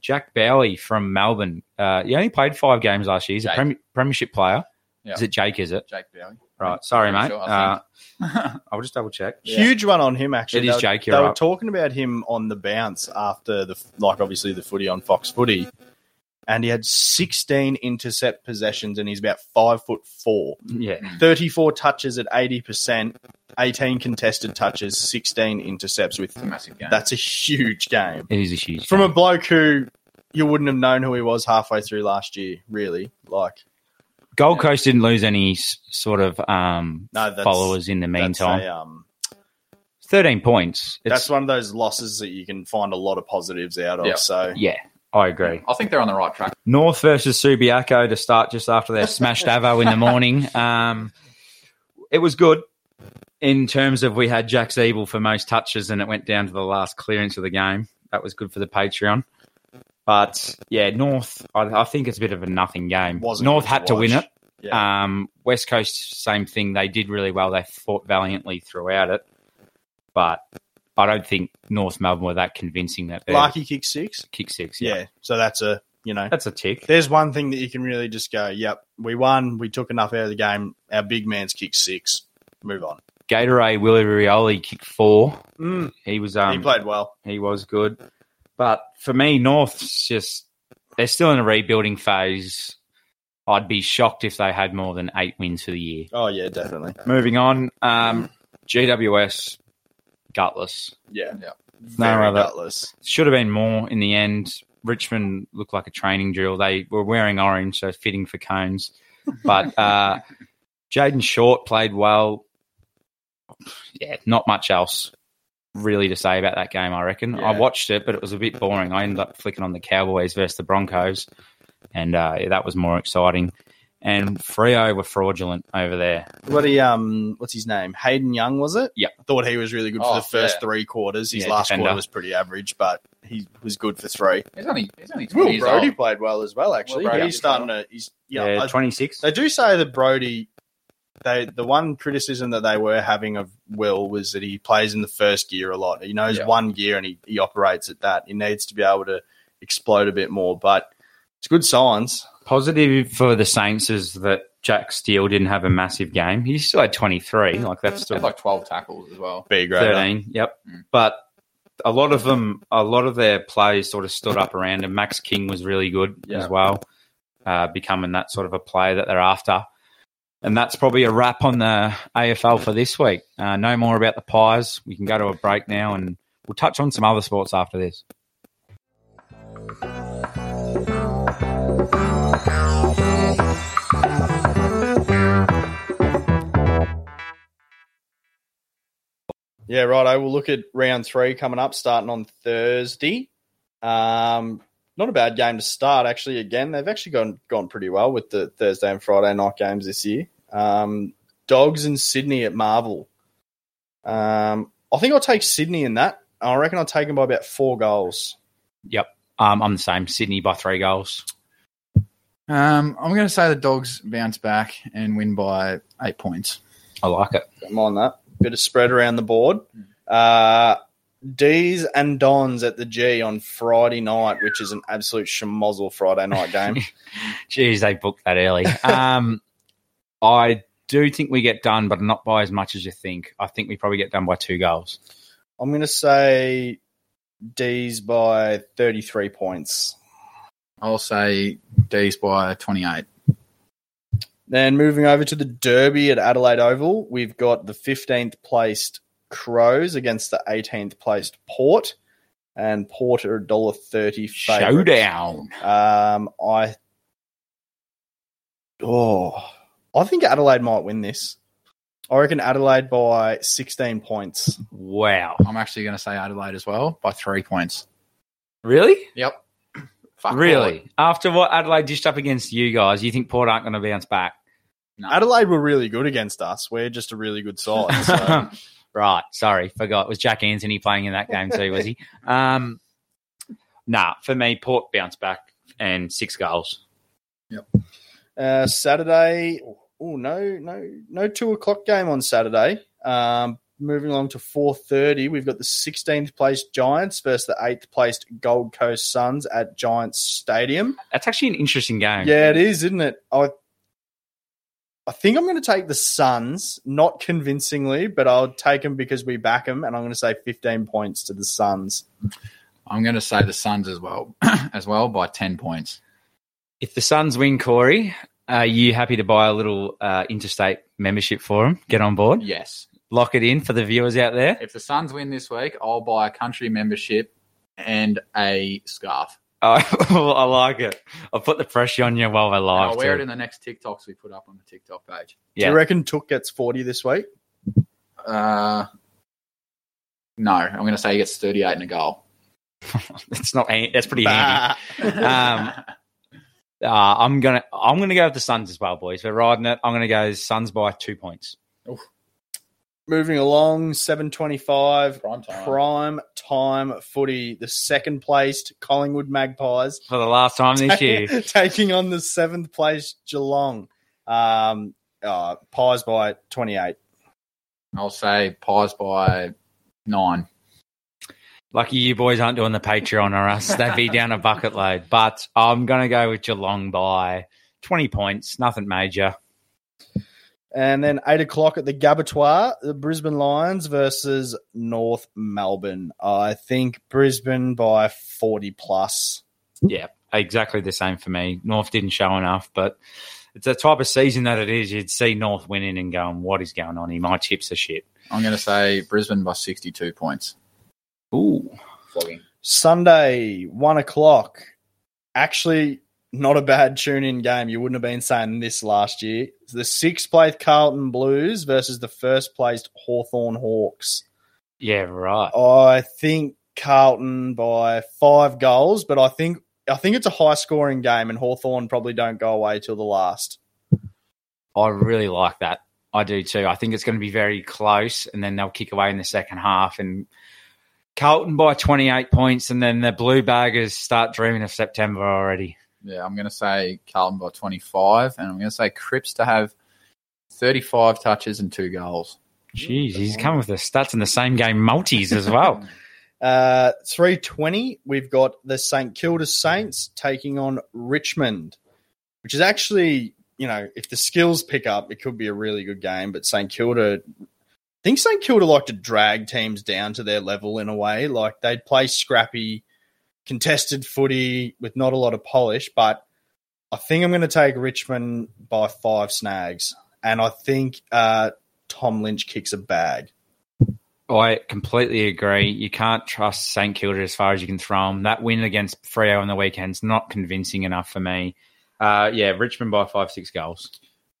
[SPEAKER 1] Jack Bowie from Melbourne. Uh, he only played five games last year. He's a
[SPEAKER 5] Jake.
[SPEAKER 1] premi- premiership player.
[SPEAKER 5] Yeah.
[SPEAKER 1] Is it Jake? Is it
[SPEAKER 5] Jake Bowie.
[SPEAKER 1] right? Sorry,
[SPEAKER 5] I'm
[SPEAKER 1] mate.
[SPEAKER 5] sure, I
[SPEAKER 1] uh, (laughs) I'll just double check.
[SPEAKER 4] Huge one on him actually.
[SPEAKER 1] It is
[SPEAKER 4] They-
[SPEAKER 1] Jake,
[SPEAKER 4] They
[SPEAKER 1] you're
[SPEAKER 4] were
[SPEAKER 1] up.
[SPEAKER 4] talking about him on the bounce after the like obviously the footy on Fox Footy, and he had 16 intercept possessions, and he's about five foot four.
[SPEAKER 1] Yeah,
[SPEAKER 4] 34 touches at 80%, 18 contested touches, 16 intercepts with
[SPEAKER 1] Hmm.
[SPEAKER 5] It's a massive game.
[SPEAKER 4] that's a huge game.
[SPEAKER 1] it is a huge
[SPEAKER 4] From a bloke who you wouldn't have known who he was halfway through last year, really. Like
[SPEAKER 1] Gold Coast didn't lose any s- sort of um,
[SPEAKER 4] No, that's-
[SPEAKER 1] followers in the
[SPEAKER 4] that's
[SPEAKER 1] meantime.
[SPEAKER 4] a, um,
[SPEAKER 1] 13 points. It's,
[SPEAKER 4] that's one of those losses that you can find a lot of positives out of.
[SPEAKER 5] Yeah.
[SPEAKER 4] So
[SPEAKER 1] yeah, I agree.
[SPEAKER 5] I think they're on the right track.
[SPEAKER 1] North versus Subiaco to start just after their smashed Avo in the morning. Um, it was good in terms of we had Jack Zeeble for most touches and it went down to the last clearance of the game. That was good for the Patreon. But yeah, North, I, I think it's a bit of a nothing game.
[SPEAKER 4] Wasn't
[SPEAKER 1] North
[SPEAKER 4] good
[SPEAKER 1] had to win
[SPEAKER 4] watch.
[SPEAKER 1] it.
[SPEAKER 4] Yeah.
[SPEAKER 1] Um, West Coast, same thing. They did really well. They fought valiantly throughout it, but I don't think North Melbourne were that convincing that they
[SPEAKER 4] Larky kick six.
[SPEAKER 1] kick six.
[SPEAKER 4] Yeah.
[SPEAKER 1] Yeah.
[SPEAKER 4] So that's a, you know,
[SPEAKER 1] that's a tick.
[SPEAKER 4] there's one thing that you can really just go, yep, we won. We took enough out of the game. Our big man's kicked six. Move on.
[SPEAKER 1] Gatorade Willie Rioli kicked four. He was um,
[SPEAKER 4] he played well.
[SPEAKER 1] He was good. But for me, North's just they're still in a rebuilding phase. I'd be shocked if they had more than eight wins for the year.
[SPEAKER 4] Oh, yeah, definitely.
[SPEAKER 1] Moving on, um, GWS gutless.
[SPEAKER 4] Yeah.
[SPEAKER 5] Yeah.
[SPEAKER 4] Very
[SPEAKER 1] other-
[SPEAKER 4] gutless.
[SPEAKER 1] Should have been more in the end. Richmond looked like a training drill. They were wearing orange, so fitting for cones.
[SPEAKER 4] (laughs)
[SPEAKER 1] But uh, Jaden Short played well. Yeah, not much else really to say about that game, I reckon. I
[SPEAKER 4] Yeah.
[SPEAKER 1] watched it, but it was a bit boring. I ended up flicking on the Cowboys versus the Broncos, and uh, yeah, that was more exciting. And Frio were fraudulent over there.
[SPEAKER 4] What he um what's his name? Hayden Young was it?
[SPEAKER 1] Yeah.
[SPEAKER 4] Thought he was really good for
[SPEAKER 5] Oh,
[SPEAKER 4] the first
[SPEAKER 5] yeah.
[SPEAKER 4] three quarters. His
[SPEAKER 1] Yeah,
[SPEAKER 4] last
[SPEAKER 1] defender.
[SPEAKER 4] quarter was pretty average, but he was good for three.
[SPEAKER 5] He's only he's only twenty
[SPEAKER 4] Will
[SPEAKER 5] years
[SPEAKER 4] Brody
[SPEAKER 5] old.
[SPEAKER 4] played well as well, actually.
[SPEAKER 5] Will Brody.
[SPEAKER 4] he's starting to he's yeah,
[SPEAKER 1] Yeah,
[SPEAKER 4] I-
[SPEAKER 1] 26.
[SPEAKER 4] they do say that Brody they the one criticism that they were having of Will was that he plays in the first gear a lot. He knows
[SPEAKER 5] Yeah.
[SPEAKER 4] one gear and he, he operates at that. He needs to be able to explode a bit more, but it's good signs.
[SPEAKER 1] Positive for the Saints is that Jack Steele didn't have a massive game. He still had 23. Like, that's
[SPEAKER 5] He
[SPEAKER 1] still
[SPEAKER 5] had like twelve tackles as well.
[SPEAKER 4] Be great.
[SPEAKER 1] 13. Yep.
[SPEAKER 5] Mm.
[SPEAKER 1] But a lot of them, a lot of their players sort of stood up around him. Max King was really good
[SPEAKER 4] Yeah.
[SPEAKER 1] as well, uh, becoming that sort of a player that they're after. And that's probably a wrap on the AFL for this week. Uh, no more about the Pies. We can go to a break now and we'll touch on some other sports after this.
[SPEAKER 4] Yeah, right. I will look at round three coming up, starting on Thursday. Um, not a bad game to start, actually. Again, they've actually gone gone pretty well with the Thursday and Friday night games this year. Um, Dogs in Sydney at Marvel. Um, I think I'll take Sydney in that. I reckon I'll take them by about four goals.
[SPEAKER 1] Um, I'm the same. Sydney by three goals.
[SPEAKER 5] Um, I'm going to say the dogs bounce back and win by eight points.
[SPEAKER 1] I like it.
[SPEAKER 4] Don't mind that. Bit of spread around the board. Uh, D's and Dons at the G on Friday night, which is an absolute schmozzle Friday night game.
[SPEAKER 1] Jeez, they booked that early. Um, (laughs) I do think we get done, but not by as much as you think. I think we probably get done by two goals.
[SPEAKER 4] I'm going to say D's by 33 points.
[SPEAKER 5] I'll say D's by 28.
[SPEAKER 4] Then moving over to the Derby at Adelaide Oval, we've got the 15th placed Crows against the 18th placed Port, and Port are $1.30 favourite.
[SPEAKER 1] Showdown.
[SPEAKER 4] Um, I oh, I think Adelaide might win this. I reckon Adelaide by 16 points.
[SPEAKER 1] (laughs) Wow.
[SPEAKER 5] I'm actually going to say Adelaide as well by three points.
[SPEAKER 1] Really?
[SPEAKER 5] Yep. (clears throat)
[SPEAKER 1] (laughs)
[SPEAKER 5] Fuck
[SPEAKER 1] really? After what Adelaide dished up against you guys, you think Port aren't going to bounce back?
[SPEAKER 5] No.
[SPEAKER 4] Adelaide were really good against us. We're just a really good side.
[SPEAKER 1] (laughs)
[SPEAKER 4] So
[SPEAKER 1] right. Sorry, forgot. It was Jack Anthony playing in that game too, was (laughs) he? Um, nah, for me, Port bounced back and six goals.
[SPEAKER 4] uh, Saturday, oh no, no, no two o'clock game on Saturday. Um, moving along to four thirty, we've got the sixteenth placed Giants versus the eighth placed Gold Coast Suns at Giants Stadium.
[SPEAKER 1] That's actually an interesting game.
[SPEAKER 4] Yeah, it is, isn't it? I I think I'm going to take the Suns, not convincingly, but I'll take them because we back them, and I'm going to say 15 points to the Suns.
[SPEAKER 5] I'm going to say the Suns as well, (clears throat) as well by ten points.
[SPEAKER 1] If the Suns win, Corey, are you happy to buy a little uh, interstate membership for them? Get on board.
[SPEAKER 5] Yes.
[SPEAKER 1] Lock it in for the viewers out there. (laughs)
[SPEAKER 5] If the Suns win this week, I'll buy a country membership and a scarf.
[SPEAKER 1] Oh, I like it. I'll put the pressure on you while we're
[SPEAKER 5] And
[SPEAKER 1] live.
[SPEAKER 5] I'll wear
[SPEAKER 1] too. (laughs)
[SPEAKER 5] it in the next TikToks we put up on the TikTok page.
[SPEAKER 4] Do
[SPEAKER 1] Yeah.
[SPEAKER 4] you reckon Took gets 40 this week?
[SPEAKER 5] Uh, no, I'm going to say he gets 38 and a (laughs) goal.
[SPEAKER 1] That's not. That's pretty handy.
[SPEAKER 4] Bah.
[SPEAKER 1] Um, Uh, I'm gonna. I'm gonna go with the Suns as well, boys. We're riding it. I'm gonna go Suns by two points.
[SPEAKER 4] (laughs) Moving along, 725
[SPEAKER 5] (laughs) Prime time.
[SPEAKER 4] prime time footy. The second placed Collingwood Magpies
[SPEAKER 1] For the last time this
[SPEAKER 4] (laughs)
[SPEAKER 1] year.
[SPEAKER 4] taking on the seventh placed Geelong. Um, uh, pies by 28.
[SPEAKER 5] I'll say pies by nine.
[SPEAKER 1] Lucky you boys aren't doing the Patreon or us. They'd be down a bucket load. But I'm going to go with Geelong by 20 points. Nothing major.
[SPEAKER 4] And then eight o'clock at the Gabatoir, the Brisbane Lions versus North Melbourne. I think Brisbane by 40 plus.
[SPEAKER 1] Yeah, exactly the same for me. North didn't show enough, but it's the type of season that it is. You'd see North winning and going, what is going on here? My chips are shit.
[SPEAKER 5] I'm going to say Brisbane by 62 points.
[SPEAKER 1] Ooh.
[SPEAKER 5] Flogging.
[SPEAKER 4] Sunday, one o'clock. Actually, not a bad tune in game. You wouldn't have been saying this last year. It's the sixth placed Carlton Blues versus the first placed Hawthorn Hawks.
[SPEAKER 1] Yeah, right.
[SPEAKER 4] I think Carlton by five goals, but I think I think it's a high scoring game and Hawthorn probably don't go away till the last.
[SPEAKER 1] I really like that. I do too. I think it's going to be very close, and then they'll kick away in the second half. And Carlton by 28 points, and then the Blue Baggers start dreaming of September already.
[SPEAKER 5] Yeah, I'm going to say Carlton by 25, and I'm going to say Cripps to have 35 touches and two goals.
[SPEAKER 1] Jeez, he's come with the stats in the same game multis as well.
[SPEAKER 4] Uh, 320, we've got the St Kilda Saints taking on Richmond, which is actually, you know, if the skills pick up, it could be a really good game. But St Kilda, I think St Kilda like to drag teams down to their level in a way. Like they'd play scrappy, contested footy with not a lot of polish. But I think I'm going to take Richmond by five snags. And I think uh, Tom Lynch kicks a bag.
[SPEAKER 1] I completely agree. You can't trust St Kilda as far as you can throw them. That win against Freo on the weekend's not convincing enough for me. Uh, yeah, Richmond by five, six goals.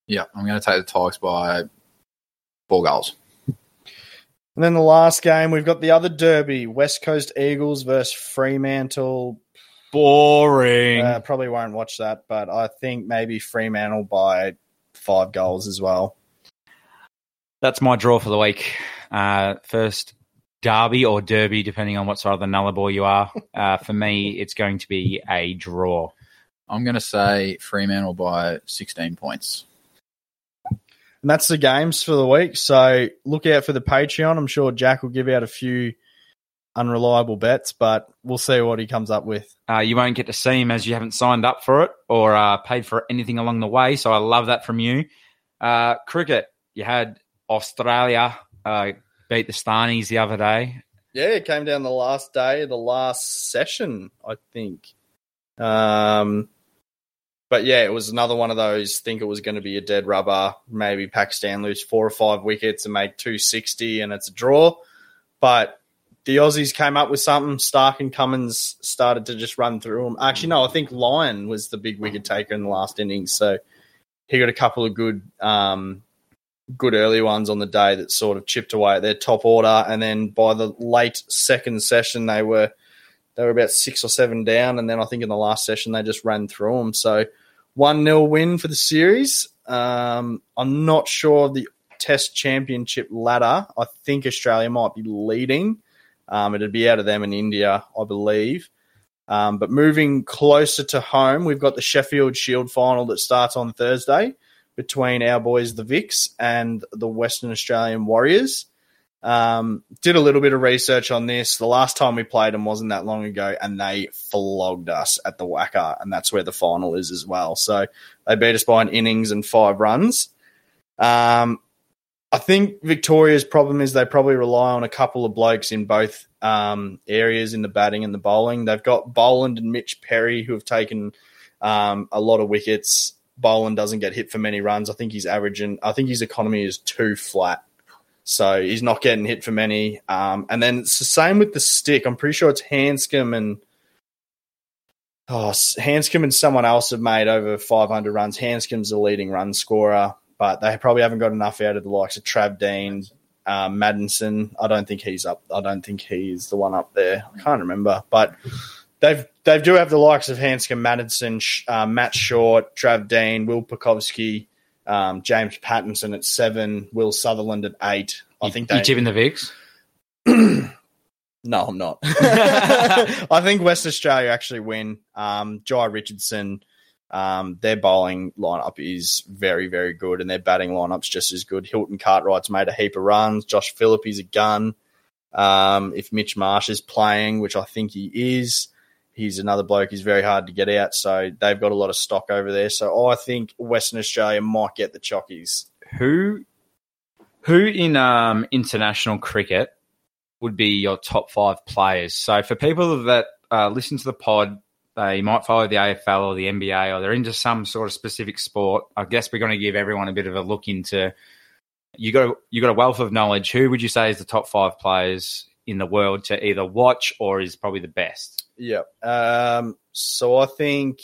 [SPEAKER 5] Yeah, I'm going to take the Tigers by four goals.
[SPEAKER 4] And then the last game, we've got the other derby, West Coast Eagles versus Fremantle.
[SPEAKER 1] Boring.
[SPEAKER 4] Uh, probably won't watch that, but I think maybe Fremantle by five goals as well.
[SPEAKER 1] That's my draw for the week. Uh, first derby or derby, depending on what side of the nullarbor you are. Uh, for me, it's going to be a draw.
[SPEAKER 5] I'm going to say Fremantle by 16 points.
[SPEAKER 4] And that's the games for the week. So look out for the Patreon. I'm sure Jack will give out a few unreliable bets, but we'll see what he comes up with.
[SPEAKER 1] Uh, you won't get to see him as you haven't signed up for it or uh, paid for anything along the way. So I love that from you. Uh, cricket, you had Australia uh, beat the Starnies the other day.
[SPEAKER 4] Yeah, it came down the last day, the last session, I think. Um, but yeah, it was another one of those. Think it was going to be a dead rubber. Maybe Pakistan lose four or five wickets and make two sixty, and it's a draw. But the Aussies came up with something. Stark and Cummins started to just run through them. Actually, no, I think Lyon was the big wicket taker in the last innings, so he got a couple of good um, good early ones on the day that sort of chipped away at their top order, and then by the late second session, they were they were about six or seven down, and then I think in the last session they just ran through them. So one 0 win for the series. Uh, Um, I'm not sure the Test Championship ladder. I think Australia might be leading. Um, it'd be out of them in India, I believe. Um, but moving closer to home, we've got the Sheffield Shield final that starts on Thursday between our boys, the Vics, and the Western Australian Warriors. Um, did a little bit of research on this. The last time we played them wasn't that long ago, and they flogged us at the Wacker, and that's where the final is as well. So they beat us by an innings and five runs. Um, I think Victoria's problem is they probably rely on a couple of blokes in both um, areas in the batting and the bowling. They've got Boland and Mitch Perry who have taken um, a lot of wickets. Boland doesn't get hit for many runs. I think he's averaging. I think his economy is too flat, so he's not getting hit for many. Um, and then it's the same with the stick. I'm pretty sure it's Hanscom and oh, S- Hanscom and someone else have made over 500 runs. Hanscom's the leading run scorer, but they probably haven't got enough out of the likes of Trav Dean, uh, Madison. I don't think he's up. I don't think he's the one up there. I can't remember, but they've they do have the likes of Hanscom, Madison, Sh- uh, Matt Short, Trav Dean, Will Pekowski, um, James Pattinson at seven, Will Sutherland at eight. I think
[SPEAKER 1] you
[SPEAKER 4] they.
[SPEAKER 1] tipping the Vicks.
[SPEAKER 4] no, I'm not. (laughs) I think West Australia actually win. Um, Jai Richardson. Um, their bowling lineup is very, very good, and their batting lineup's just as good. Hilton Cartwright's made a heap of runs. Josh Phillip, he's a gun. Um, if Mitch Marsh is playing, which I think he is, he's another bloke. He's very hard to get out, so they've got a lot of stock over there. So I think Western Australia might get the chockies.
[SPEAKER 1] Who, who in um, international cricket would be your top five players? So for people that uh, listen to the pod, they might follow the AFL or the NBA, or they're into some sort of specific sport. I guess we're going to give everyone a bit of a look into. You got a, you got a wealth of knowledge. Who would you say is the top five players in the world to either watch or is probably the best?
[SPEAKER 4] Yeah. Um, so I think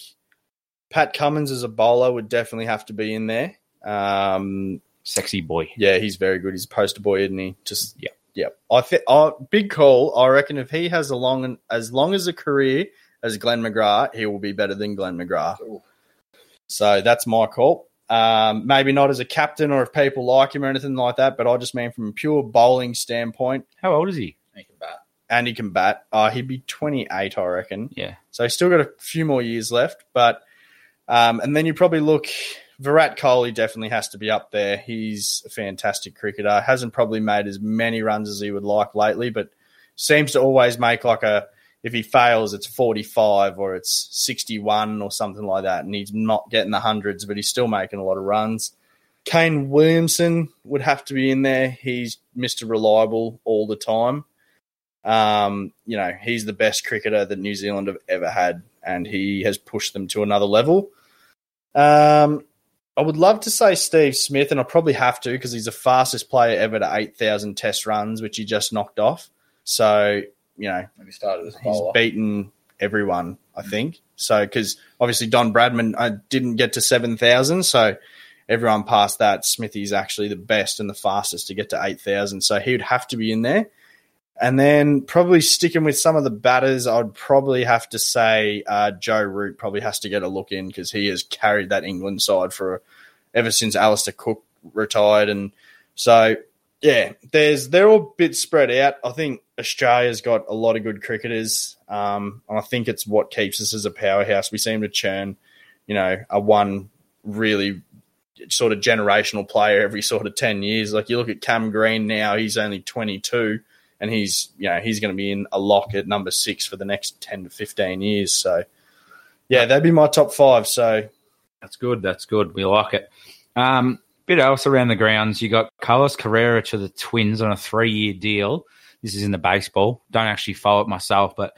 [SPEAKER 4] Pat Cummins as a bowler would definitely have to be in there. Um,
[SPEAKER 1] Sexy boy.
[SPEAKER 4] Yeah, he's very good. He's a poster boy, isn't he? Just
[SPEAKER 1] Yeah.
[SPEAKER 4] yeah. I think uh, big call. I reckon if he has a long as long as a career as Glenn McGrath, he will be better than Glenn McGrath. So that's my call. Um, maybe not as a captain or if people like him or anything like that, but I just mean from a pure bowling standpoint,
[SPEAKER 1] How old is he?
[SPEAKER 4] and he can bat. Uh, he'd be 28, I reckon.
[SPEAKER 1] Yeah.
[SPEAKER 4] So he's still got a few more years left, but um, and then you probably look Virat Kohli definitely has to be up there. He's a fantastic cricketer. Hasn't probably made as many runs as he would like lately, but seems to always make like a if he fails, it's 45 or it's 61 or something like that. And he's not getting the hundreds, but he's still making a lot of runs. Kane Williamson would have to be in there. He's Mr. Reliable all the time. Um, you know, he's the best cricketer that New Zealand have ever had, and he has pushed them to another level. Um, I would love to say Steve Smith, and I probably have to because he's the fastest player ever to 8,000 test runs, which he just knocked off. So, you know,
[SPEAKER 5] When we started this
[SPEAKER 4] he's
[SPEAKER 5] bowl.
[SPEAKER 4] beaten everyone, I think. So, because obviously Don Bradman I didn't get to 7,000. So, everyone past that, Smithy's actually the best and the fastest to get to 8,000. So, he would have to be in there. And then, probably sticking with some of the batters, I'd probably have to say uh, Joe Root probably has to get a look in because he has carried that England side for ever since Alistair Cook retired. And so, yeah, there's they're all a bit spread out. I think Australia's got a lot of good cricketers, um, and I think it's what keeps us as a powerhouse. We seem to churn, you know, a one really sort of generational player every sort of ten years. Like you look at Cam Green now; he's only 22, and he's you know he's going to be in a lock at number six for the next 10 to 15 years. So, yeah, that'd be my top five. So,
[SPEAKER 1] That's good. That's good. We like it. Um, bit else around the grounds. You got Carlos Carrera to the Twins on a three-year deal. This is in the baseball. Don't actually follow it myself, but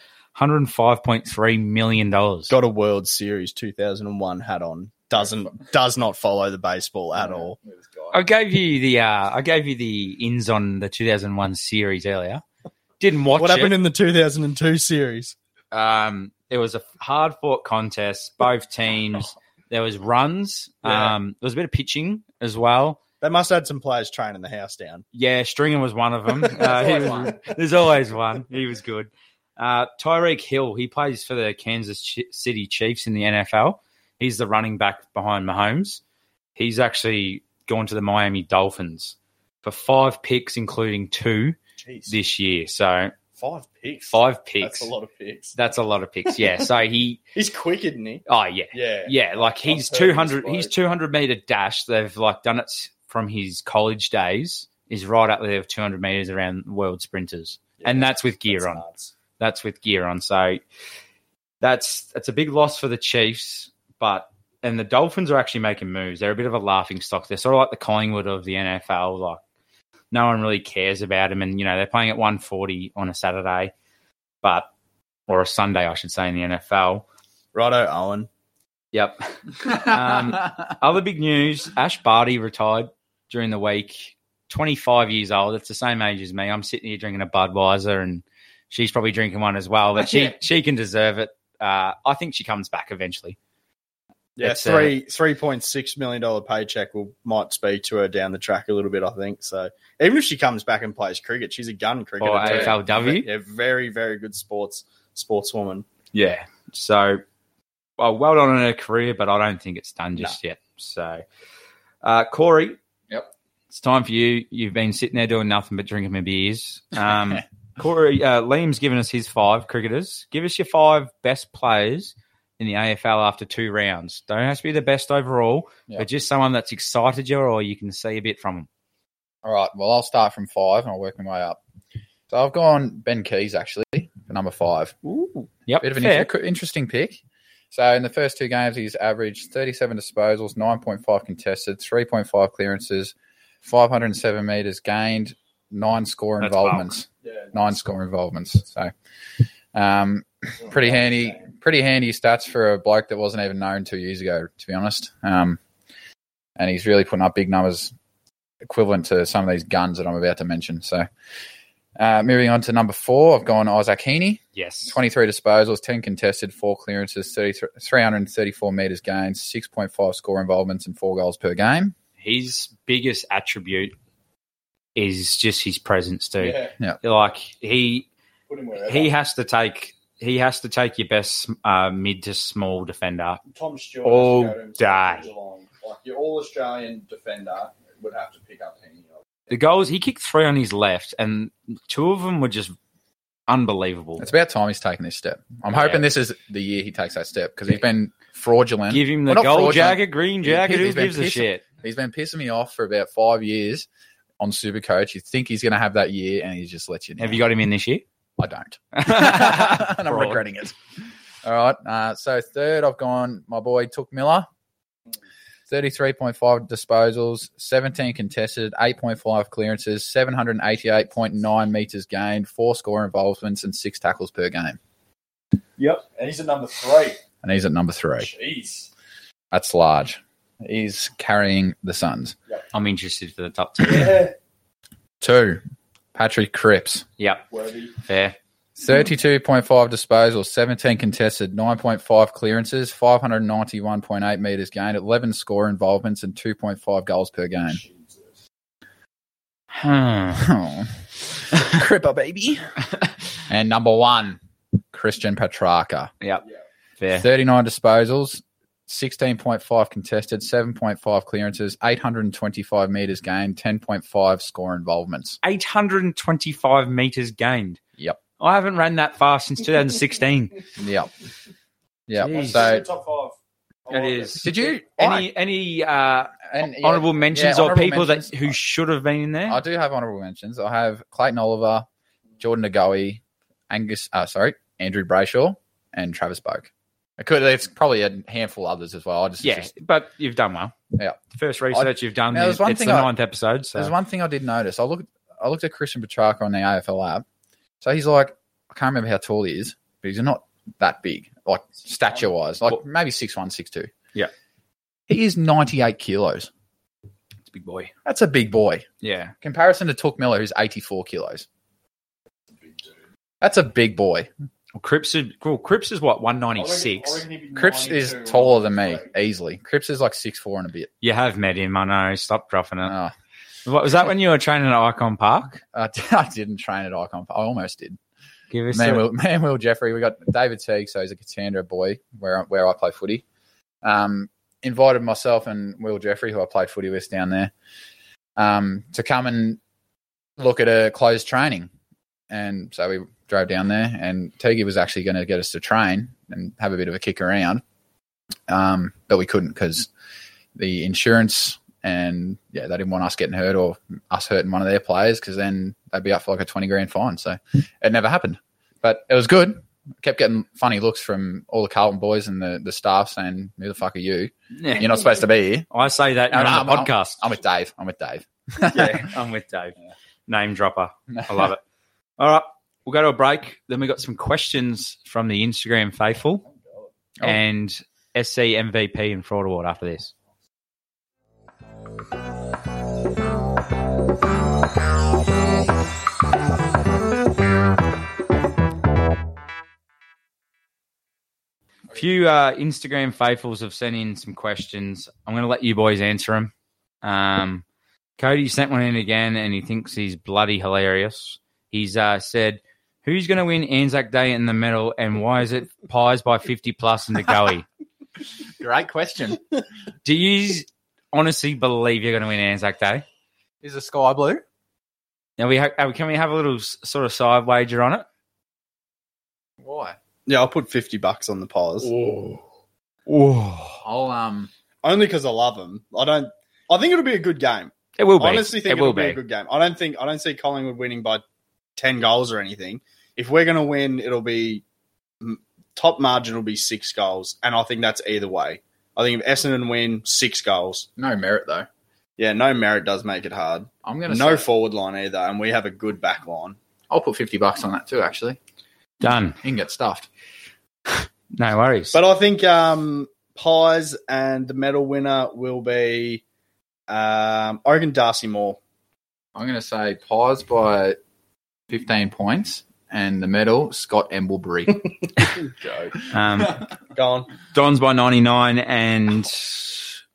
[SPEAKER 1] 105.3 million dollars.
[SPEAKER 4] got a World Series 2001 hat on. Doesn't does not follow the baseball at all.
[SPEAKER 5] (laughs)
[SPEAKER 1] I gave you the uh, I gave you the ins on the 2001 series earlier. Didn't watch
[SPEAKER 4] What
[SPEAKER 1] it.
[SPEAKER 4] happened in the 2002 series?
[SPEAKER 1] um, it was a hard fought contest. Both teams. There was runs.
[SPEAKER 4] Yeah.
[SPEAKER 1] Um, there was a bit of pitching as well.
[SPEAKER 4] They must have had some players training the house down.
[SPEAKER 1] Yeah, Stringer was one of
[SPEAKER 4] (laughs)
[SPEAKER 1] them. Uh, he was, There's always one. He was good. Uh, Tyreek Hill, he plays for the Kansas Ch- City Chiefs in the NFL. He's the running back behind Mahomes. He's actually gone to the Miami Dolphins for five picks, including two
[SPEAKER 4] Jeez,
[SPEAKER 1] this year. So
[SPEAKER 4] five picks.
[SPEAKER 1] five
[SPEAKER 4] That's
[SPEAKER 1] picks.
[SPEAKER 4] a lot of picks.
[SPEAKER 1] That's a lot of picks. Yeah. so
[SPEAKER 4] (laughs)
[SPEAKER 1] he.
[SPEAKER 4] He's quick, isn't he?
[SPEAKER 1] Oh yeah.
[SPEAKER 4] Yeah.
[SPEAKER 1] Yeah, like he's
[SPEAKER 4] heard of this
[SPEAKER 1] two hundred.
[SPEAKER 4] bloke.
[SPEAKER 1] He's two hundred meter dash. They've like done it s- from his college days. Is right up there with two hundred meters around world sprinters, and
[SPEAKER 4] Yeah,
[SPEAKER 1] that's with gear
[SPEAKER 4] that's
[SPEAKER 1] on.
[SPEAKER 4] nuts.
[SPEAKER 1] That's with gear on. So that's that's a big loss for the Chiefs, but and the Dolphins are actually making moves. They're a bit of a laughing stock. They're sort of like the Collingwood of the NFL. Like no one really cares about them, and you know they're playing at one forty on a Saturday, but or a Sunday, I should say, in the NFL.
[SPEAKER 4] Righto, Owen.
[SPEAKER 1] Yep. Um, Other big news: Ash Barty retired during the week. Twenty-five years old. That's the same age as me. I'm sitting here drinking a Budweiser, and she's probably drinking one as well. But she
[SPEAKER 5] Yeah.
[SPEAKER 1] she can deserve it. Uh, I think she comes back eventually.
[SPEAKER 4] Yeah,
[SPEAKER 1] It's, uh,
[SPEAKER 4] three three point six million dollar paycheck will might speak to her down the track a little bit. I think so. Even if she comes back and plays cricket, she's a gun cricketer.
[SPEAKER 1] Or
[SPEAKER 4] too.
[SPEAKER 1] AFLW.
[SPEAKER 4] Yeah, very very good sports sportswoman.
[SPEAKER 1] Yeah. So, well, well done on her career, but I don't think it's done just yet. So, uh, Corey.
[SPEAKER 5] Yep.
[SPEAKER 1] It's time for you. You've been sitting there doing nothing but drinking my beers. (laughs) Um, Corey, uh, Liam's given us his five cricketers. Give us your five best players in the AFL after two rounds. Don't have to be the best overall,
[SPEAKER 5] Yeah.
[SPEAKER 1] but just someone that's excited you or you can see a bit from them.
[SPEAKER 5] All right. Well, I'll start from five and I'll work my way up. So I've gone Ben Keys actually for number five.
[SPEAKER 1] Yep.
[SPEAKER 5] Bit of an
[SPEAKER 1] fair.
[SPEAKER 5] inter- interesting pick. So in the first two games, he's averaged 37 disposals, 9.5 contested, 3.5 clearances, 507 meters gained, nine score
[SPEAKER 1] That's
[SPEAKER 5] involvements, nine score involvements. So um, pretty handy, pretty handy stats for a bloke that wasn't even known two years ago, to be honest. Um, and he's really putting up big numbers, equivalent to some of these guns that I'm about to mention. So. Uh, moving on to number four, I've gone Isaac Heaney.
[SPEAKER 1] Yes.
[SPEAKER 5] 23 disposals, 10 contested, 4 clearances, 33 334 metres gained, 6.5 score involvements, and 4 goals per game.
[SPEAKER 1] his biggest attribute is just his presence too.
[SPEAKER 4] Yeah.
[SPEAKER 1] Like he
[SPEAKER 4] Put him wherever.
[SPEAKER 1] he has to take he has to take your best uh, mid to small defender.
[SPEAKER 4] Tom Stewart
[SPEAKER 1] All
[SPEAKER 4] has to go to himself
[SPEAKER 1] day.
[SPEAKER 4] in Geelong. Like your all Australian defender would have to pick up any of
[SPEAKER 1] The goals he kicked three on his left, and two of them were just unbelievable.
[SPEAKER 5] It's about time he's taken this step. I'm
[SPEAKER 1] Yeah.
[SPEAKER 5] hoping this is the year he takes that step because he's been fraudulent.
[SPEAKER 1] Give him the
[SPEAKER 5] Well, not
[SPEAKER 1] gold
[SPEAKER 5] fraudulent.
[SPEAKER 1] jacket, green
[SPEAKER 5] He-
[SPEAKER 1] jacket. Who
[SPEAKER 5] he's been
[SPEAKER 1] gives a
[SPEAKER 5] pissing-
[SPEAKER 1] shit?
[SPEAKER 5] He's been pissing me off for about five years on Supercoach. You think he's going to have that year, and he just lets you down.
[SPEAKER 1] Have you got him in this
[SPEAKER 5] (laughs)
[SPEAKER 1] year?
[SPEAKER 5] I don't. (laughs) and
[SPEAKER 1] (laughs)
[SPEAKER 5] I'm
[SPEAKER 1] Fraud.
[SPEAKER 5] regretting it. All right. Uh, so third, I've gone my boy Took Miller. 33.5 disposals, 17 contested, 8.5 clearances, 788.9 meters gained, four score involvements, and six tackles per game.
[SPEAKER 4] Yep, and he's at number three.
[SPEAKER 5] And he's at number three.
[SPEAKER 4] Jeez,
[SPEAKER 5] That's large. He's carrying the Suns.
[SPEAKER 1] I'm interested for the top two.
[SPEAKER 4] yeah,
[SPEAKER 5] Two, Patrick Cripps.
[SPEAKER 1] yep,
[SPEAKER 4] worthy.
[SPEAKER 1] fair. (sighs)
[SPEAKER 5] 32.5 disposals, 17 contested, 9.5 clearances, 591.8 meters gained, 11 score involvements, and 2.5 goals per game.
[SPEAKER 1] Hmm.
[SPEAKER 5] Oh. (laughs) Cripper, baby. (laughs) and number one, Christian Petrarca.
[SPEAKER 1] Yep, fair.
[SPEAKER 5] 39 disposals, 16.5 contested, 7.5 clearances, 825 meters gained, 10.5 score involvements.
[SPEAKER 1] 825 meters gained.
[SPEAKER 5] Yep.
[SPEAKER 1] I haven't ran that far since 2016.
[SPEAKER 5] (laughs) Yep. Yep.
[SPEAKER 1] Jeez.
[SPEAKER 5] So,
[SPEAKER 4] top five.
[SPEAKER 1] It is.
[SPEAKER 5] did you?
[SPEAKER 1] Any any uh,
[SPEAKER 5] and, yeah,
[SPEAKER 1] honourable mentions
[SPEAKER 5] yeah,
[SPEAKER 1] or
[SPEAKER 5] honourable
[SPEAKER 1] people that
[SPEAKER 5] mentions.
[SPEAKER 1] who should have been in there?
[SPEAKER 5] I do have honourable mentions. I have Clayton Oliver, Jordan Ngoe, Angus, uh, sorry, Andrew Brayshaw, and Travis Boak. I could. There's probably a handful others as well. I just,
[SPEAKER 1] yeah,
[SPEAKER 5] just-
[SPEAKER 1] but you've done well.
[SPEAKER 5] Yeah.
[SPEAKER 1] The first research you've done.
[SPEAKER 5] Now, there's
[SPEAKER 1] is-
[SPEAKER 5] one
[SPEAKER 1] it's
[SPEAKER 5] thing
[SPEAKER 1] the
[SPEAKER 5] I-
[SPEAKER 1] ninth episode. So
[SPEAKER 5] there's one thing I did notice. I looked, I looked at Christian Petrarca on the AFL app. So he's like, I can't remember how tall he is, but he's not that big, like stature wise, like
[SPEAKER 1] Well-
[SPEAKER 5] maybe six one, six two.
[SPEAKER 1] Yeah.
[SPEAKER 5] he is 98 kilos.
[SPEAKER 1] it's a big boy.
[SPEAKER 5] That's a big boy.
[SPEAKER 1] Yeah.
[SPEAKER 5] Comparison to Took Miller, who's 84 kilos. That's a big boy.
[SPEAKER 1] Well, Cripps is well, Cripps is what one ninety six.
[SPEAKER 5] Cripps is taller than me, easily. Cripps is like six four and a bit.
[SPEAKER 1] You have met him. I know. Stop dropping it.
[SPEAKER 5] Ah,
[SPEAKER 1] What,
[SPEAKER 5] (laughs)
[SPEAKER 1] was that when you were training at Icon Park?
[SPEAKER 5] I, Uh, (laughs) I didn't train at Icon. I almost did.
[SPEAKER 1] Give us
[SPEAKER 5] Man,
[SPEAKER 1] a,
[SPEAKER 5] Will, (laughs) man, Will Jeffrey. We got David Teague, so he's a Katandra boy where I- where I play footy. Um, invited myself and Will Jeffrey, who I play footy with down there, um, to come and look at a closed training. And so we drove down there, and Tegi was actually going to get us to train and have a bit of a kick around, um, but we couldn't because the insurance and yeah, they didn't want us getting hurt or us hurting one of their players because then they'd be up for like a twenty grand fine. So it never happened, but it was good. Kept getting funny looks from all the Carlton boys and the, the staff saying, "Who the fuck are you? You're not supposed to be here."
[SPEAKER 1] I say that
[SPEAKER 5] No,
[SPEAKER 1] on
[SPEAKER 5] no,
[SPEAKER 1] the
[SPEAKER 5] I'm-
[SPEAKER 1] podcast.
[SPEAKER 5] I'm with Dave. I'm with Dave.
[SPEAKER 1] (laughs) yeah, I'm with Dave. Name (laughs) dropper. I love it. All right, we'll go to a break. Then we got some questions from the Instagram faithful
[SPEAKER 5] Oh.
[SPEAKER 1] and E SC MVP and fraud award after this. A few uh, Instagram faithfuls have sent in some questions. I'm going to let you boys answer them. Um, Cody sent one in again, and he thinks he's bloody hilarious. He's uh, said, "Who's going to win Anzac Day in the medal, and why is it pies by fifty plus in the gully?"
[SPEAKER 5] Great question.
[SPEAKER 1] Do you honestly believe you're going to win Anzac Day?
[SPEAKER 5] Is the sky blue?
[SPEAKER 1] Now we ha- uh, can we have a little s- sort of side wager on it?
[SPEAKER 5] Why?
[SPEAKER 4] Yeah, I'll put 50 bucks on the Pies.
[SPEAKER 5] I'll um.
[SPEAKER 4] Only because I love them. I don't. I think it'll be a good game.
[SPEAKER 1] It will be.
[SPEAKER 4] Honestly, think
[SPEAKER 1] it
[SPEAKER 4] it will
[SPEAKER 1] will
[SPEAKER 4] be.
[SPEAKER 1] be.
[SPEAKER 4] a good game. I don't think I don't see Collingwood winning by ten goals or anything. If we're going to win, it'll be m- top margin will be six goals, and I think that's either way. I think if Essendon win six goals,
[SPEAKER 5] No merit though.
[SPEAKER 4] yeah, no merit does make it hard.
[SPEAKER 5] I'm gonna
[SPEAKER 4] No
[SPEAKER 5] Say,
[SPEAKER 4] forward line either, and we have a good back line.
[SPEAKER 5] I'll put fifty bucks on that too. Actually,
[SPEAKER 1] Done.
[SPEAKER 5] you can get stuffed.
[SPEAKER 1] No
[SPEAKER 4] (laughs)
[SPEAKER 1] worries.
[SPEAKER 4] But I think um, Pies and the medal winner will be. Um, I reckon Darcy Moore.
[SPEAKER 5] I'm gonna say pies by fifteen points and the medal Scott (laughs) Embleberry.
[SPEAKER 4] Joke.
[SPEAKER 1] um,
[SPEAKER 4] Go on.
[SPEAKER 1] Don's by ninety nine, and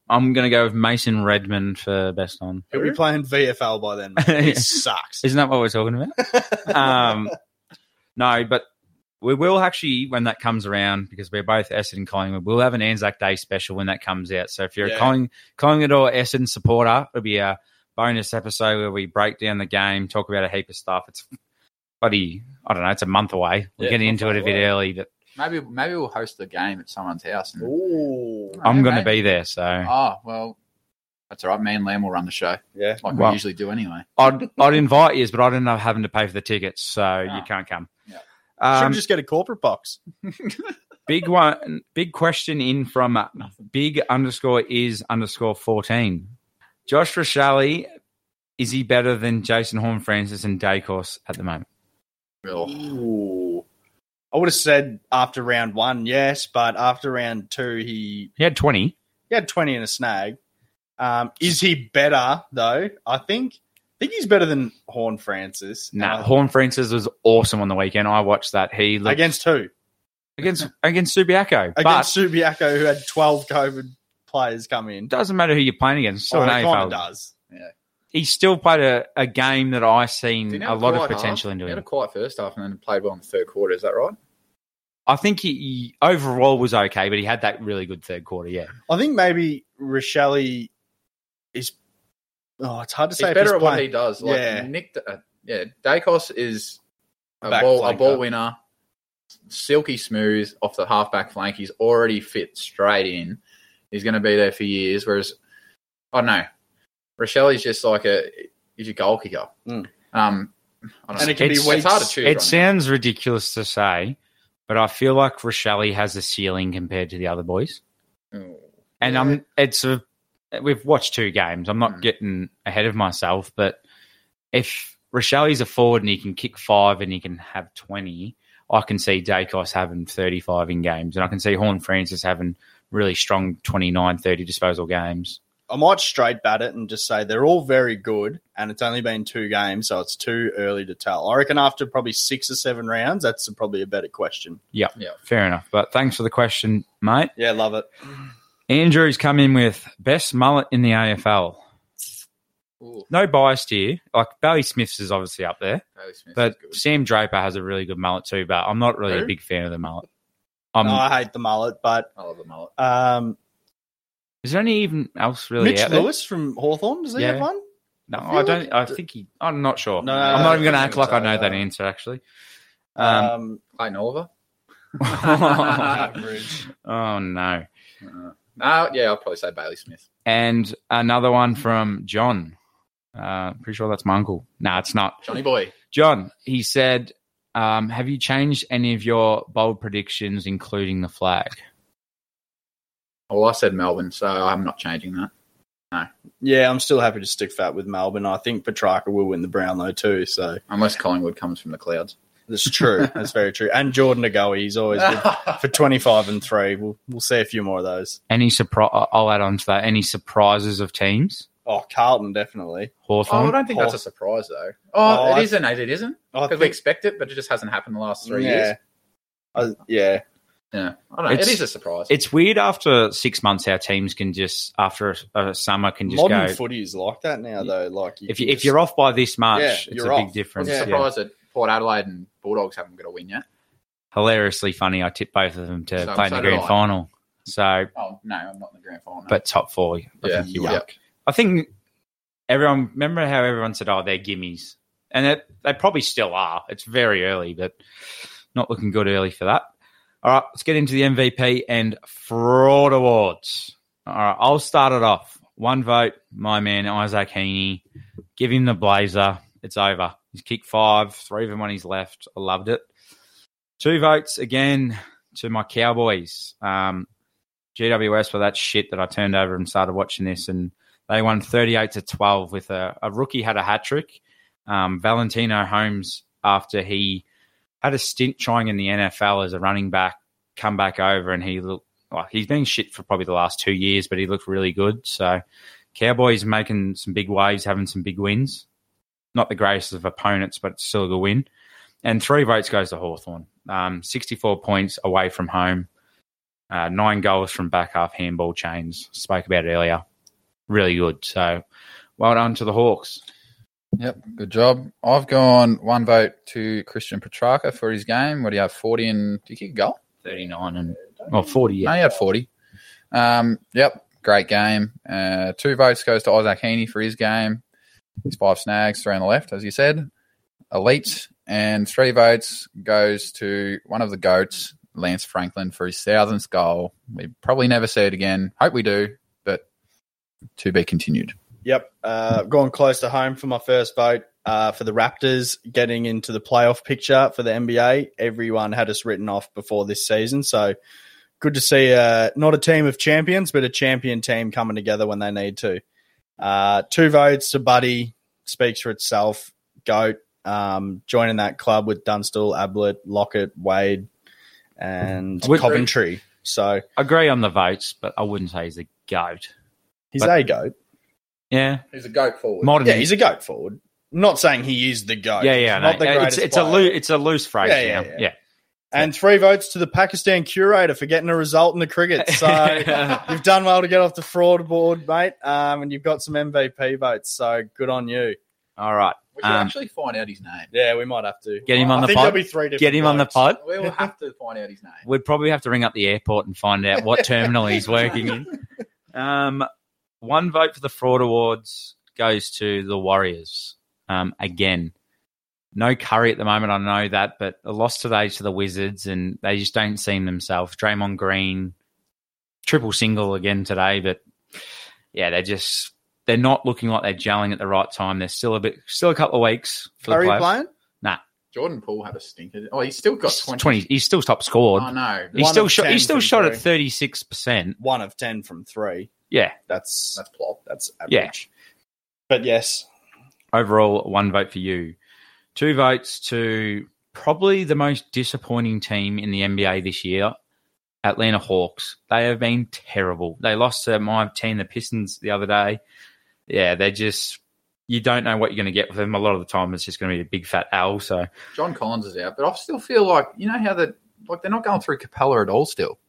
[SPEAKER 1] I'm going to go with Mason Redmond for best on.
[SPEAKER 4] He'll be playing VFL by then.
[SPEAKER 1] (laughs)
[SPEAKER 4] Mate. It sucks.
[SPEAKER 1] Isn't that what we're talking about? um, no, but we will actually, when that comes around, because we're both Essendon and Collingwood, we'll have an Anzac Day special when that comes out. So if you're a
[SPEAKER 4] Yeah.
[SPEAKER 1] Colling, Collingwood or Essendon supporter, it'll be a bonus episode where we break down the game, talk about a heap of stuff. It's bloody, I don't know, it's a month away. We're
[SPEAKER 5] Yeah,
[SPEAKER 1] getting
[SPEAKER 5] month
[SPEAKER 1] into it a bit
[SPEAKER 5] away.
[SPEAKER 1] early, but
[SPEAKER 5] maybe maybe we'll host the game at someone's house. And,
[SPEAKER 4] Ooh.
[SPEAKER 1] I'm going to
[SPEAKER 5] Maybe.
[SPEAKER 1] be there. So
[SPEAKER 5] Oh well, that's all right. Me and Lamb will run the show
[SPEAKER 4] Yeah.
[SPEAKER 5] like
[SPEAKER 1] Well-
[SPEAKER 5] we usually do anyway.
[SPEAKER 1] I'd, I'd invite you, but I didn't know having to pay for the tickets. So you
[SPEAKER 5] Ah.
[SPEAKER 1] can't come.
[SPEAKER 5] Yeah.
[SPEAKER 4] Should
[SPEAKER 1] Um,
[SPEAKER 4] just get a corporate box.
[SPEAKER 1] big one big question in from uh, big underscore is underscore 14 josh Rochelle, is he better than jason horn francis and dacos at the moment
[SPEAKER 5] Real.
[SPEAKER 4] Ooh. I would have said after round one, yes, but after round two, he,
[SPEAKER 1] he had 20
[SPEAKER 4] he had twenty in a snag. Um, is he better though? I think I think he's better than Horn Francis.
[SPEAKER 1] nah
[SPEAKER 4] Uh,
[SPEAKER 1] horn francis was awesome on the weekend i watched that he looked,
[SPEAKER 4] against who?
[SPEAKER 1] against against subiaco but
[SPEAKER 4] Against Subiaco, who had twelve COVID players come in.
[SPEAKER 1] it doesn't matter who you're playing against it's still
[SPEAKER 4] Oh,
[SPEAKER 1] an
[SPEAKER 4] it kind
[SPEAKER 1] AFL.
[SPEAKER 4] of does.
[SPEAKER 1] he still played a, a game that i seen
[SPEAKER 5] Didn't
[SPEAKER 1] Mm, a
[SPEAKER 5] have
[SPEAKER 1] lot of
[SPEAKER 5] quiet
[SPEAKER 1] potential
[SPEAKER 5] half.
[SPEAKER 1] into
[SPEAKER 5] He had
[SPEAKER 1] him
[SPEAKER 5] a quiet first half and then played well in the third quarter. Is that right?
[SPEAKER 1] i think he, he overall was okay but he had that really good third quarter yeah
[SPEAKER 4] I think maybe Rochelle is. Oh, it's hard to say.
[SPEAKER 5] he's
[SPEAKER 4] if
[SPEAKER 5] better at what he
[SPEAKER 4] playing-
[SPEAKER 5] does. Like
[SPEAKER 4] Yeah.
[SPEAKER 5] Nick, uh, yeah, Dacos is a
[SPEAKER 4] Back
[SPEAKER 5] ball, a ball
[SPEAKER 4] flanker.
[SPEAKER 5] winner, silky smooth off the halfback flank. He's already fit straight in. He's going to be there for years. Whereas, I don't know, Rochelle is just like a he's a goal kicker.
[SPEAKER 4] Mm.
[SPEAKER 5] Um, I don't
[SPEAKER 4] And
[SPEAKER 5] know.
[SPEAKER 4] it can
[SPEAKER 1] It's-
[SPEAKER 4] be weeks.
[SPEAKER 5] it's hard to choose.
[SPEAKER 1] It
[SPEAKER 5] right?
[SPEAKER 1] sounds ridiculous to say, but I feel like Rochelle has a ceiling compared to the other boys.
[SPEAKER 5] Mm.
[SPEAKER 1] And I'm it's a we've watched two games. I'm not
[SPEAKER 5] Mm.
[SPEAKER 1] getting ahead of myself, but if Rochelle's a forward and he can kick five and he can have twenty, I can see Dacos having thirty five in games, and I can see Horn Francis having really strong 29, 30 disposal games.
[SPEAKER 4] I might straight bat it and just say they're all very good, and it's only been two games, so it's too early to tell. I reckon after probably six or seven rounds, that's probably a better question.
[SPEAKER 1] Fair enough. But thanks for the question, mate.
[SPEAKER 4] Yeah, love it.
[SPEAKER 1] Andrew's come in with best mullet in the AFL.
[SPEAKER 5] Ooh,
[SPEAKER 1] no bias here. Like Barry Smiths is obviously up there,
[SPEAKER 5] Bailey Smith is
[SPEAKER 1] but
[SPEAKER 5] good.
[SPEAKER 1] Sam Draper has a really good mullet too. But I'm not really a
[SPEAKER 5] Who?
[SPEAKER 1] big fan of the mullet. I'm
[SPEAKER 4] No, I hate the mullet, but
[SPEAKER 5] I love the mullet.
[SPEAKER 4] um,
[SPEAKER 1] Is there any even else really
[SPEAKER 4] Mitch
[SPEAKER 1] out there?
[SPEAKER 4] Lewis from Hawthorn, does he
[SPEAKER 1] Yeah.
[SPEAKER 4] have one?
[SPEAKER 1] No,
[SPEAKER 4] I feel
[SPEAKER 1] I, don't.
[SPEAKER 4] like-
[SPEAKER 1] I think he. I'm not sure.
[SPEAKER 4] No, no,
[SPEAKER 1] I'm
[SPEAKER 4] no,
[SPEAKER 1] not
[SPEAKER 4] no,
[SPEAKER 1] even going to
[SPEAKER 4] no,
[SPEAKER 1] act like I know
[SPEAKER 4] no,
[SPEAKER 1] that
[SPEAKER 4] no.
[SPEAKER 1] answer.
[SPEAKER 4] (laughs)
[SPEAKER 1] Actually. (laughs) Um,
[SPEAKER 4] Um,
[SPEAKER 5] Clay Norva.
[SPEAKER 4] average.
[SPEAKER 1] oh no!
[SPEAKER 5] Uh, no, yeah, I'll probably say Bailey Smith.
[SPEAKER 1] And another one from John. Uh, pretty sure that's my uncle. No, it's not.
[SPEAKER 5] Johnny Boy.
[SPEAKER 1] John. He said, um, "Have you changed any of your bold predictions, including the flag?"
[SPEAKER 5] Well, Oh, I said Melbourne, so I'm not changing that.
[SPEAKER 4] Yeah, I'm still happy to stick fat with Melbourne. I think Petrarca will win the Brownlow too, so
[SPEAKER 5] Unless Collingwood comes from the clouds.
[SPEAKER 4] that's
[SPEAKER 5] (laughs)
[SPEAKER 4] true. that's very true. And Jordan Agoe, he's always been for 25 and 3. We'll, we'll see a few more of those.
[SPEAKER 1] Any surprise? I'll add on to that. Any surprises of teams?
[SPEAKER 4] Oh, Carlton, definitely.
[SPEAKER 5] Oh, I
[SPEAKER 1] Hawthorn.
[SPEAKER 5] don't think that's a surprise though. Oh,
[SPEAKER 4] Oh,
[SPEAKER 5] it
[SPEAKER 4] I-
[SPEAKER 5] is and it isn't
[SPEAKER 4] I
[SPEAKER 5] because we expect it, but it just hasn't happened the last three
[SPEAKER 4] yeah.
[SPEAKER 5] years.
[SPEAKER 4] Uh, yeah.
[SPEAKER 5] Yeah, I don't know.
[SPEAKER 1] It's-
[SPEAKER 5] it is a surprise.
[SPEAKER 1] it's weird after six months how teams can just after a, a summer can just
[SPEAKER 4] Modern
[SPEAKER 1] go
[SPEAKER 4] footy is like that now, though. Like
[SPEAKER 1] if
[SPEAKER 4] can
[SPEAKER 1] you, if
[SPEAKER 4] just-
[SPEAKER 1] you're off by this much
[SPEAKER 4] Yeah,
[SPEAKER 1] it's
[SPEAKER 4] you're
[SPEAKER 1] a big
[SPEAKER 4] off.
[SPEAKER 5] I was
[SPEAKER 1] difference yeah.
[SPEAKER 5] surprised that Port Adelaide and Bulldogs haven't got a win yet.
[SPEAKER 1] hilariously funny. I tipped both of them to
[SPEAKER 5] So-
[SPEAKER 1] play
[SPEAKER 5] so
[SPEAKER 1] in the
[SPEAKER 5] did
[SPEAKER 1] grand
[SPEAKER 5] I.
[SPEAKER 1] final. So,
[SPEAKER 5] Oh no, I'm not in the grand final. no.
[SPEAKER 1] but top four. I
[SPEAKER 5] Yeah,
[SPEAKER 1] think you
[SPEAKER 5] yuck.
[SPEAKER 1] are. I think everyone remember how everyone said, "Oh, they're gimmies," and it, they probably still are. It's very early, but not looking good early for that. All right, let's get into the MVP and fraud awards. All right, I'll start it off. One vote, my man Isaac Heaney. Give him the blazer. It's over. He's kicked five, three of them on his left. I loved it. Two votes again to my Cowboys. Um, GWS for that shit that I turned over and started watching this, and they won 38 to 12 with a, a rookie had a hat trick. Um, Valentino Holmes, after he had a stint trying in the NFL as a running back, come back over and he looked like he's been shit for probably the last two years, but he looked really good. So, Cowboys making some big waves, having some big wins. Not the greatest of opponents, but it's still a good win. And three votes goes to Hawthorn. Um, 64 points away from home. Uh, nine goals from back half handball chains. Spoke about earlier. Really good. So well done to the Hawks.
[SPEAKER 5] Yep, good job. I've gone one vote to Christian Petrarca for his game. What do you have? Forty and did he kick a goal?
[SPEAKER 1] 39 and well, 40.
[SPEAKER 5] No,
[SPEAKER 1] Yeah.
[SPEAKER 5] he had forty. Um, yep, great game. Uh, two votes goes to Isaac Heaney for his game. His five snags, three on the left, as you said. Elite and three votes goes to one of the goats, Lance Franklin, for his thousandth goal. We probably never see it again. Hope we do, but to be continued.
[SPEAKER 4] Yep. Uh, gone close to home for my first vote uh, for the Raptors getting into the playoff picture for the NBA. Everyone had us written off before this season. So good to see uh, not a team of champions, but a champion team coming together when they need to. Uh, two votes to Buddy speaks for itself. Goat um, joining that club with Dunstall, Ablett, Lockett, Wade, and
[SPEAKER 1] Woodbury.
[SPEAKER 4] Coventry. So
[SPEAKER 1] Agree on the votes, but I wouldn't say he's a goat.
[SPEAKER 4] he's
[SPEAKER 1] But-
[SPEAKER 4] a goat.
[SPEAKER 1] Yeah.
[SPEAKER 5] He's a goat forward.
[SPEAKER 1] Modern.
[SPEAKER 4] Yeah, he's a goat forward. Not saying he is the goat.
[SPEAKER 1] yeah, yeah,
[SPEAKER 4] He's
[SPEAKER 1] no.
[SPEAKER 4] not the
[SPEAKER 1] it's
[SPEAKER 4] greatest
[SPEAKER 1] it's a
[SPEAKER 4] player.
[SPEAKER 1] loo- it's a loose phrase.
[SPEAKER 4] Yeah,
[SPEAKER 1] Yeah,
[SPEAKER 4] yeah,
[SPEAKER 1] yeah,
[SPEAKER 4] yeah. and three votes to the Pakistan curator for getting a result in
[SPEAKER 1] (laughs)
[SPEAKER 4] the cricket. So you've done well to get off the fraud board, mate. Um, and you've got some MVP votes. So good on you.
[SPEAKER 1] All right,
[SPEAKER 5] We should
[SPEAKER 1] should Um,
[SPEAKER 5] actually find out his name.
[SPEAKER 4] Yeah, we might have to
[SPEAKER 1] Get him on
[SPEAKER 4] I
[SPEAKER 1] the
[SPEAKER 4] think
[SPEAKER 1] pod.
[SPEAKER 4] there'll Be three different
[SPEAKER 1] get him on the
[SPEAKER 4] votes.
[SPEAKER 1] pod.
[SPEAKER 5] We will have to find out his name.
[SPEAKER 1] We'd probably have to ring up the airport and find out what terminal he's working in. Um, one vote for the fraud awards goes to the Warriors. Um, again, no curry at the moment. I know that, but a loss today to the Wizards, and they just don't seem themselves. Draymond Green, triple single again today, but yeah, they're just they're not looking like they're gelling at the right time. They're still a bit, still a couple of weeks. For
[SPEAKER 4] Curry
[SPEAKER 1] the playoffs.
[SPEAKER 4] playing?
[SPEAKER 5] Jordan Poole had a stinker. Oh, he's still got 20.
[SPEAKER 1] 20. He's still top scored.
[SPEAKER 5] Oh, no.
[SPEAKER 1] He
[SPEAKER 4] One
[SPEAKER 1] still
[SPEAKER 4] of
[SPEAKER 1] shot. He
[SPEAKER 4] 10
[SPEAKER 1] still
[SPEAKER 4] from
[SPEAKER 1] shot at
[SPEAKER 4] three.
[SPEAKER 1] thirty six percent.
[SPEAKER 4] One of ten from three.
[SPEAKER 1] Yeah.
[SPEAKER 4] That's
[SPEAKER 5] That's plop.
[SPEAKER 4] that's
[SPEAKER 1] Yeah.
[SPEAKER 4] average. But yes,
[SPEAKER 1] Overall, one vote for you. Two votes to probably the most disappointing team in the NBA this year, Atlanta Hawks. They have been terrible. They lost to my team, the Pistons, the other day. Yeah, they're just. You don't know what you're going to get with them. A lot of the time, it's just going to be a big fat L. So
[SPEAKER 5] John Collins is out, but I still feel like, you know how that, like, they're not going through Capella at all still.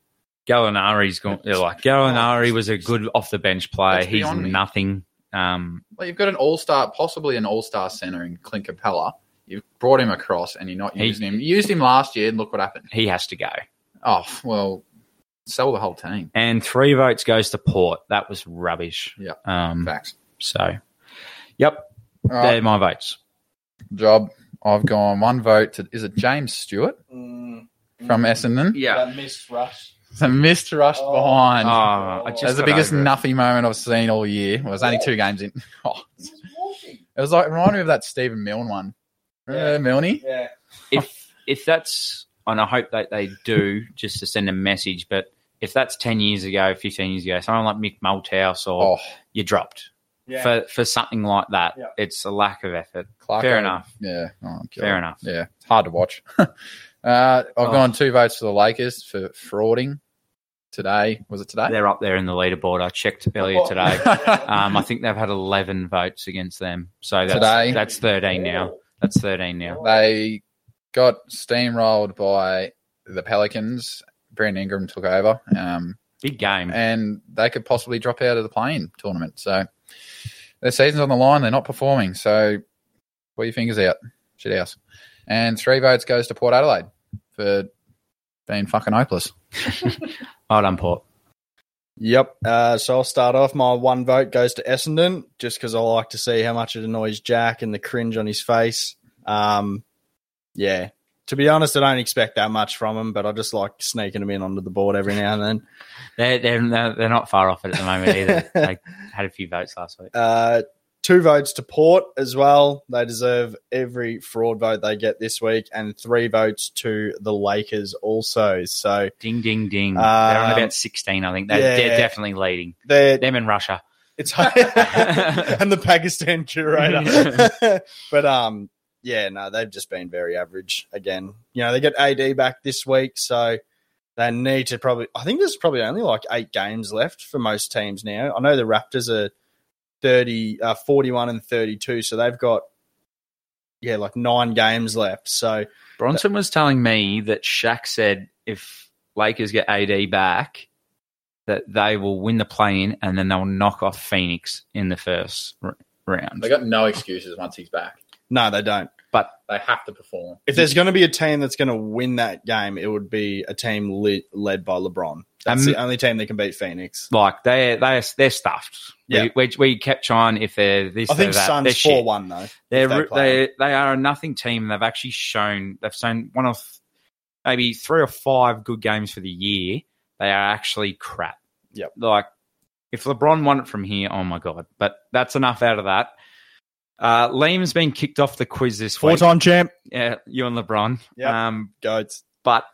[SPEAKER 1] Gallinari's going. yeah, Like Gallinari was a good off the bench player.
[SPEAKER 5] It's
[SPEAKER 1] He's
[SPEAKER 5] beyond me.
[SPEAKER 1] nothing. Um,
[SPEAKER 5] Like, you've got an all star, possibly an all star center in Clint Capella. You've brought him across and you're not
[SPEAKER 1] He-
[SPEAKER 5] using him. You used him last year and look what happened.
[SPEAKER 1] he has to go.
[SPEAKER 5] Oh, well, Sell the whole team.
[SPEAKER 1] And three votes goes to Port. That was rubbish.
[SPEAKER 5] Yeah.
[SPEAKER 1] Um,
[SPEAKER 5] Facts.
[SPEAKER 1] So, yep,
[SPEAKER 5] All right,
[SPEAKER 1] they're my votes.
[SPEAKER 5] job. I've gone one vote to is it James Stewart from Essendon?
[SPEAKER 1] Yeah.
[SPEAKER 4] Mm, missed rush.
[SPEAKER 5] So missed rushed
[SPEAKER 4] Oh.
[SPEAKER 5] behind.
[SPEAKER 1] I
[SPEAKER 5] That was
[SPEAKER 1] just
[SPEAKER 5] the
[SPEAKER 1] got
[SPEAKER 5] biggest
[SPEAKER 1] over it.
[SPEAKER 5] nuffy moment I've seen all year. Well, it was only two games in. (laughs) Oh. It was like it reminded me of that Stephen Milne one. Remember
[SPEAKER 4] Yeah.
[SPEAKER 5] Milne?
[SPEAKER 4] Yeah.
[SPEAKER 1] if if that's and I hope that they do just to send a message, but if that's ten years ago, fifteen years ago, someone like Mick Malthouse or
[SPEAKER 5] Oh,
[SPEAKER 1] you're dropped
[SPEAKER 4] Yeah.
[SPEAKER 1] for for something like that,
[SPEAKER 4] Yeah.
[SPEAKER 1] it's a lack of effort.
[SPEAKER 5] Clarko.
[SPEAKER 1] Fair enough.
[SPEAKER 5] Yeah. Oh, God.
[SPEAKER 1] Fair enough.
[SPEAKER 5] Yeah. It's hard to watch. (laughs) uh, I've
[SPEAKER 1] Oh.
[SPEAKER 5] gone two votes for the Lakers for frauding today. Was it today?
[SPEAKER 1] They're up there in the leaderboard. I checked earlier
[SPEAKER 5] Oh. (laughs)
[SPEAKER 1] today. Um, I think they've had eleven votes against them, so that's
[SPEAKER 5] Today.
[SPEAKER 1] that's thirteen now. That's thirteen now.
[SPEAKER 5] they got steamrolled by the Pelicans. Brandon Ingram took over, um,
[SPEAKER 1] Big game.
[SPEAKER 5] and they could possibly drop out of the playing tournament. So their season's on the line. They're not performing. So put your fingers out. Shit house. And three votes goes to Port Adelaide for being fucking hopeless.
[SPEAKER 1] Well done, Port.
[SPEAKER 4] Yep. Uh, so I'll start off. My one vote goes to Essendon just because I like to see how much it annoys Jack and the cringe on his face. Um, yeah. To be honest, I don't expect that much from him, but I just like sneaking him in onto the board every now and
[SPEAKER 1] They're, they're they're not far off it at the moment
[SPEAKER 4] (laughs)
[SPEAKER 1] either. they had a few votes last week.
[SPEAKER 4] then. Uh, two votes to Port as well. They deserve every fraud vote they get this week, and three votes to the Lakers also. So
[SPEAKER 1] Ding, ding, ding. They're on
[SPEAKER 4] Um,
[SPEAKER 1] about 16, I think. They're,
[SPEAKER 4] yeah.
[SPEAKER 1] they're definitely leading.
[SPEAKER 4] they're
[SPEAKER 1] Them and Russia.
[SPEAKER 4] It's (laughs) and the Pakistan curator. but um, yeah, no, they've just been very average again. You know, they get AD back this week, so they need to probably. I think there's probably only like eight games left for most teams now. I know the Raptors are 30, uh, 41 and 32, so they've got yeah, like nine games left. So
[SPEAKER 1] Bronson was telling me that Shaq said if Lakers get AD back, that they will win the play-in and then they'll knock off Phoenix in the first r- round.
[SPEAKER 5] got no excuses once he's back.
[SPEAKER 4] no, they don't.
[SPEAKER 1] but
[SPEAKER 5] They have to perform.
[SPEAKER 4] If there's going to be a team that's going to win that game, it would be a team le- led by LeBron. That's
[SPEAKER 1] Um,
[SPEAKER 4] the only team that can beat Phoenix.
[SPEAKER 1] like they they they're stuffed.
[SPEAKER 4] Yeah.
[SPEAKER 1] We, we, we catch on if they're this.
[SPEAKER 4] I think
[SPEAKER 1] they're that. They're
[SPEAKER 4] Suns
[SPEAKER 1] shit.
[SPEAKER 4] four one though.
[SPEAKER 1] They're
[SPEAKER 4] they
[SPEAKER 1] they,
[SPEAKER 4] play.
[SPEAKER 1] they are a nothing team. and They've actually shown they've shown one of maybe three or five good games for the year. They are actually crap.
[SPEAKER 4] Yep.
[SPEAKER 1] Like if LeBron won it from here, oh my god! But that's enough out of that. Uh, Liam's been kicked off the quiz this week.
[SPEAKER 4] champ.
[SPEAKER 1] Yeah, you and LeBron.
[SPEAKER 4] Yep.
[SPEAKER 1] Um,
[SPEAKER 4] Goats.
[SPEAKER 1] but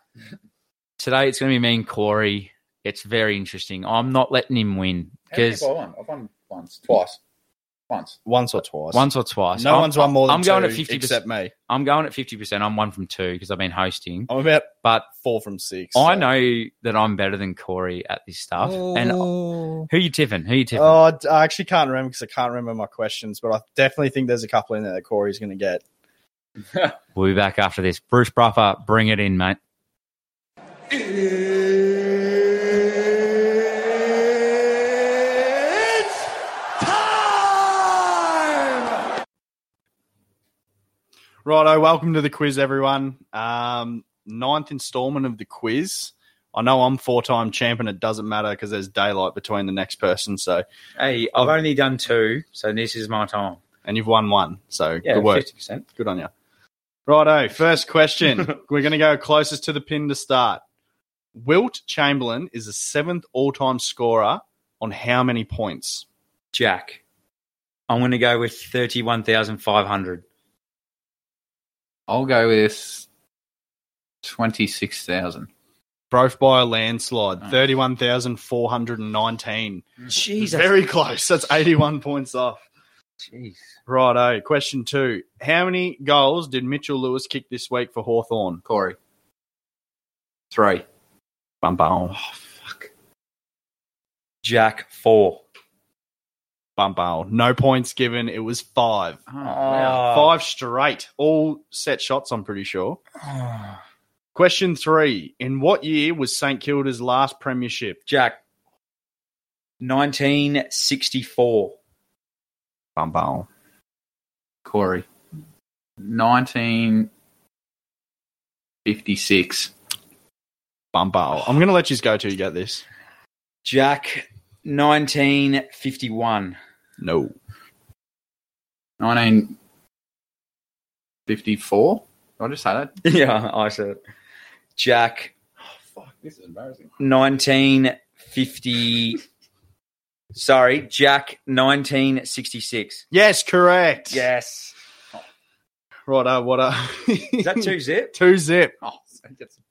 [SPEAKER 1] today it's going to be me and Corey. It's very interesting. I'm not letting him win because
[SPEAKER 5] won? I've won once, twice, once.
[SPEAKER 4] Once or twice.
[SPEAKER 1] once or twice.
[SPEAKER 4] no
[SPEAKER 1] I'm-
[SPEAKER 4] one's won more than
[SPEAKER 1] I'm going
[SPEAKER 4] two
[SPEAKER 1] at 50%.
[SPEAKER 4] except me.
[SPEAKER 1] I'm going at fifty percent. I'm one from two because I've been hosting.
[SPEAKER 4] I'm about
[SPEAKER 1] But
[SPEAKER 4] four from six.
[SPEAKER 1] I
[SPEAKER 4] so-
[SPEAKER 1] know that I'm better than Corey at this stuff. And who
[SPEAKER 4] oh,
[SPEAKER 1] are you tipping? Who are you tipping?
[SPEAKER 4] Oh, I- I actually can't remember because I can't remember my questions, but I definitely think there's a couple in there that Corey's going to get.
[SPEAKER 1] We'll be back after this. Bruce Buffer, bring it in, mate.
[SPEAKER 4] Righto, welcome to the quiz, everyone. Um, ninth installment of the quiz. I know I'm four time champ, and it doesn't matter because there's daylight between the next person. So,
[SPEAKER 1] Hey, I've only done two, so this is my time.
[SPEAKER 4] and you've won one. So, good work.
[SPEAKER 1] percent.
[SPEAKER 4] Good on you. Righto. First question. We're going to go closest to the pin to start. Wilt Chamberlain is the seventh all-time scorer on how many points?
[SPEAKER 1] Jack, I'm going to go with thirty-one thousand five hundred.
[SPEAKER 5] I'll go with twenty-six thousand.
[SPEAKER 4] Both by a landslide,
[SPEAKER 5] Oh.
[SPEAKER 4] thirty-one thousand four hundred and nineteen.
[SPEAKER 1] Jesus,
[SPEAKER 4] Very close. That's eighty-one points off.
[SPEAKER 1] jeez.
[SPEAKER 4] Righto. Question two. How many goals did Mitchell Lewis kick this week for Hawthorn?
[SPEAKER 5] Corey. Three.
[SPEAKER 4] Bum bum
[SPEAKER 1] Jack four.
[SPEAKER 4] bum bum. No points given. It was five.
[SPEAKER 5] Oh, wow.
[SPEAKER 4] Five straight. All set shots. I'm pretty sure. Question three: In what year was St Kilda's last premiership?
[SPEAKER 1] Jack, nineteen sixty-four.
[SPEAKER 4] Bum bum.
[SPEAKER 5] Corey. 1956.
[SPEAKER 4] bumper. I'm going to let you go till you get this.
[SPEAKER 1] Jack, 1951.
[SPEAKER 4] No.
[SPEAKER 5] 1954? Did I just say that?
[SPEAKER 1] (laughs) yeah, I said it. Jack,
[SPEAKER 5] Oh, Fuck, this is embarrassing.
[SPEAKER 1] 1950. Sorry, Jack, 1966.
[SPEAKER 4] Yes, correct.
[SPEAKER 1] Yes.
[SPEAKER 4] Right, uh, what a. (laughs)
[SPEAKER 1] Is that
[SPEAKER 5] (laughs)
[SPEAKER 1] two zip?
[SPEAKER 4] two zip.
[SPEAKER 5] Oh, so that's the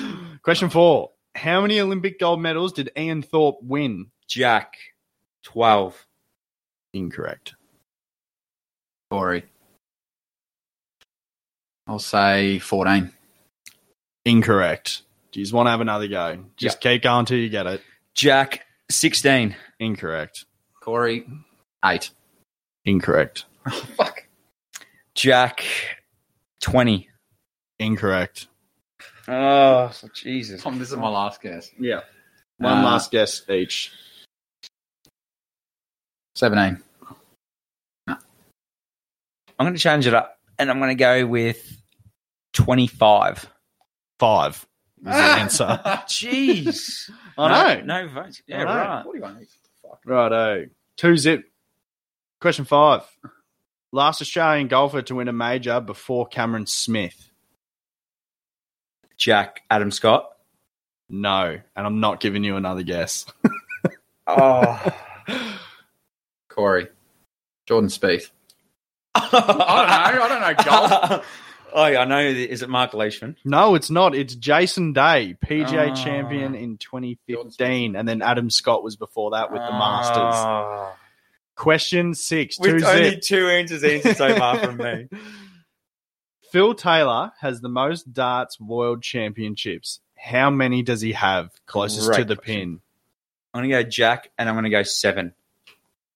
[SPEAKER 5] point.
[SPEAKER 4] Question four. How many Olympic gold medals did Ian Thorpe win?
[SPEAKER 1] Jack, 12.
[SPEAKER 4] Incorrect.
[SPEAKER 5] Corey. I'll say 14.
[SPEAKER 4] Incorrect. Do you just want to have another go? Just keep going till you get it.
[SPEAKER 1] Jack, 16.
[SPEAKER 4] Incorrect.
[SPEAKER 5] Corey. 8.
[SPEAKER 4] Incorrect.
[SPEAKER 5] Fuck.
[SPEAKER 1] Jack, 20.
[SPEAKER 4] Incorrect.
[SPEAKER 1] Oh, so Jesus.
[SPEAKER 5] Tom, this is my last guess.
[SPEAKER 4] Yeah.
[SPEAKER 5] One
[SPEAKER 4] Uh,
[SPEAKER 5] last
[SPEAKER 4] guess each.
[SPEAKER 5] 17.
[SPEAKER 1] I'm going to change it up and I'm going to go with 25.
[SPEAKER 4] Five is the (laughs) answer.
[SPEAKER 5] Ah,
[SPEAKER 1] Jeez.
[SPEAKER 4] I know.
[SPEAKER 1] Oh, No, no votes.
[SPEAKER 5] Oh,
[SPEAKER 1] Yeah,
[SPEAKER 4] I know.
[SPEAKER 1] right.
[SPEAKER 5] 41. Fuck.
[SPEAKER 4] Righto. Two zip. Question five. Last Australian golfer to win a major before Cameron Smith.
[SPEAKER 1] Jack, Adam Scott.
[SPEAKER 4] No. And I'm not giving you another guess. (laughs)
[SPEAKER 1] Oh.
[SPEAKER 5] Corey. Jordan Spieth. (laughs) I don't know. I don't know golf.
[SPEAKER 1] (laughs) oh, yeah, I know. Is it Mark Leishman?
[SPEAKER 4] No, it's not. It's Jason Day, PGA
[SPEAKER 1] Ah.
[SPEAKER 4] champion in 2015. And then Adam Scott was before that with the
[SPEAKER 1] Ah.
[SPEAKER 4] Masters.
[SPEAKER 1] Oh.
[SPEAKER 4] Question six. Two
[SPEAKER 1] With only
[SPEAKER 4] zip.
[SPEAKER 1] two answers answered so (laughs) far from me.
[SPEAKER 4] (laughs) Phil Taylor has the most darts world championships. How many does he have closest to
[SPEAKER 1] Great
[SPEAKER 4] the
[SPEAKER 1] question.
[SPEAKER 4] pin?
[SPEAKER 1] I'm going to go Jack and I'm going to go seven.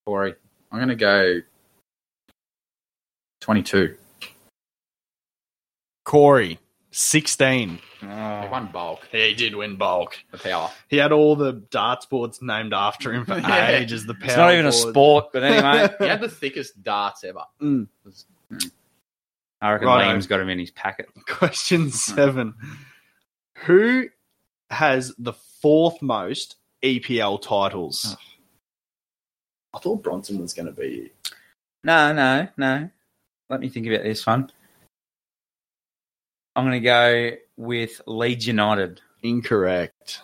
[SPEAKER 5] Corey. (laughs) I'm going to go 22.
[SPEAKER 4] Corey, 16.
[SPEAKER 5] They
[SPEAKER 1] Oh.
[SPEAKER 5] won bulk.
[SPEAKER 4] He did win bulk.
[SPEAKER 5] The power.
[SPEAKER 4] He had all the darts boards named after him for
[SPEAKER 5] Yeah.
[SPEAKER 4] ages. The power
[SPEAKER 1] It's not even a
[SPEAKER 4] board.
[SPEAKER 1] sport, but (laughs) anyway.
[SPEAKER 5] He had the thickest darts ever.
[SPEAKER 4] Hmm.
[SPEAKER 1] I reckon
[SPEAKER 4] Righto.
[SPEAKER 1] Liam's got him in his packet.
[SPEAKER 4] Question seven: Who has the fourth most EPL titles?
[SPEAKER 5] I thought Bronson was going to be.
[SPEAKER 1] No, no, no. Let me think about this one. I'm going to go with Leeds United.
[SPEAKER 4] Incorrect.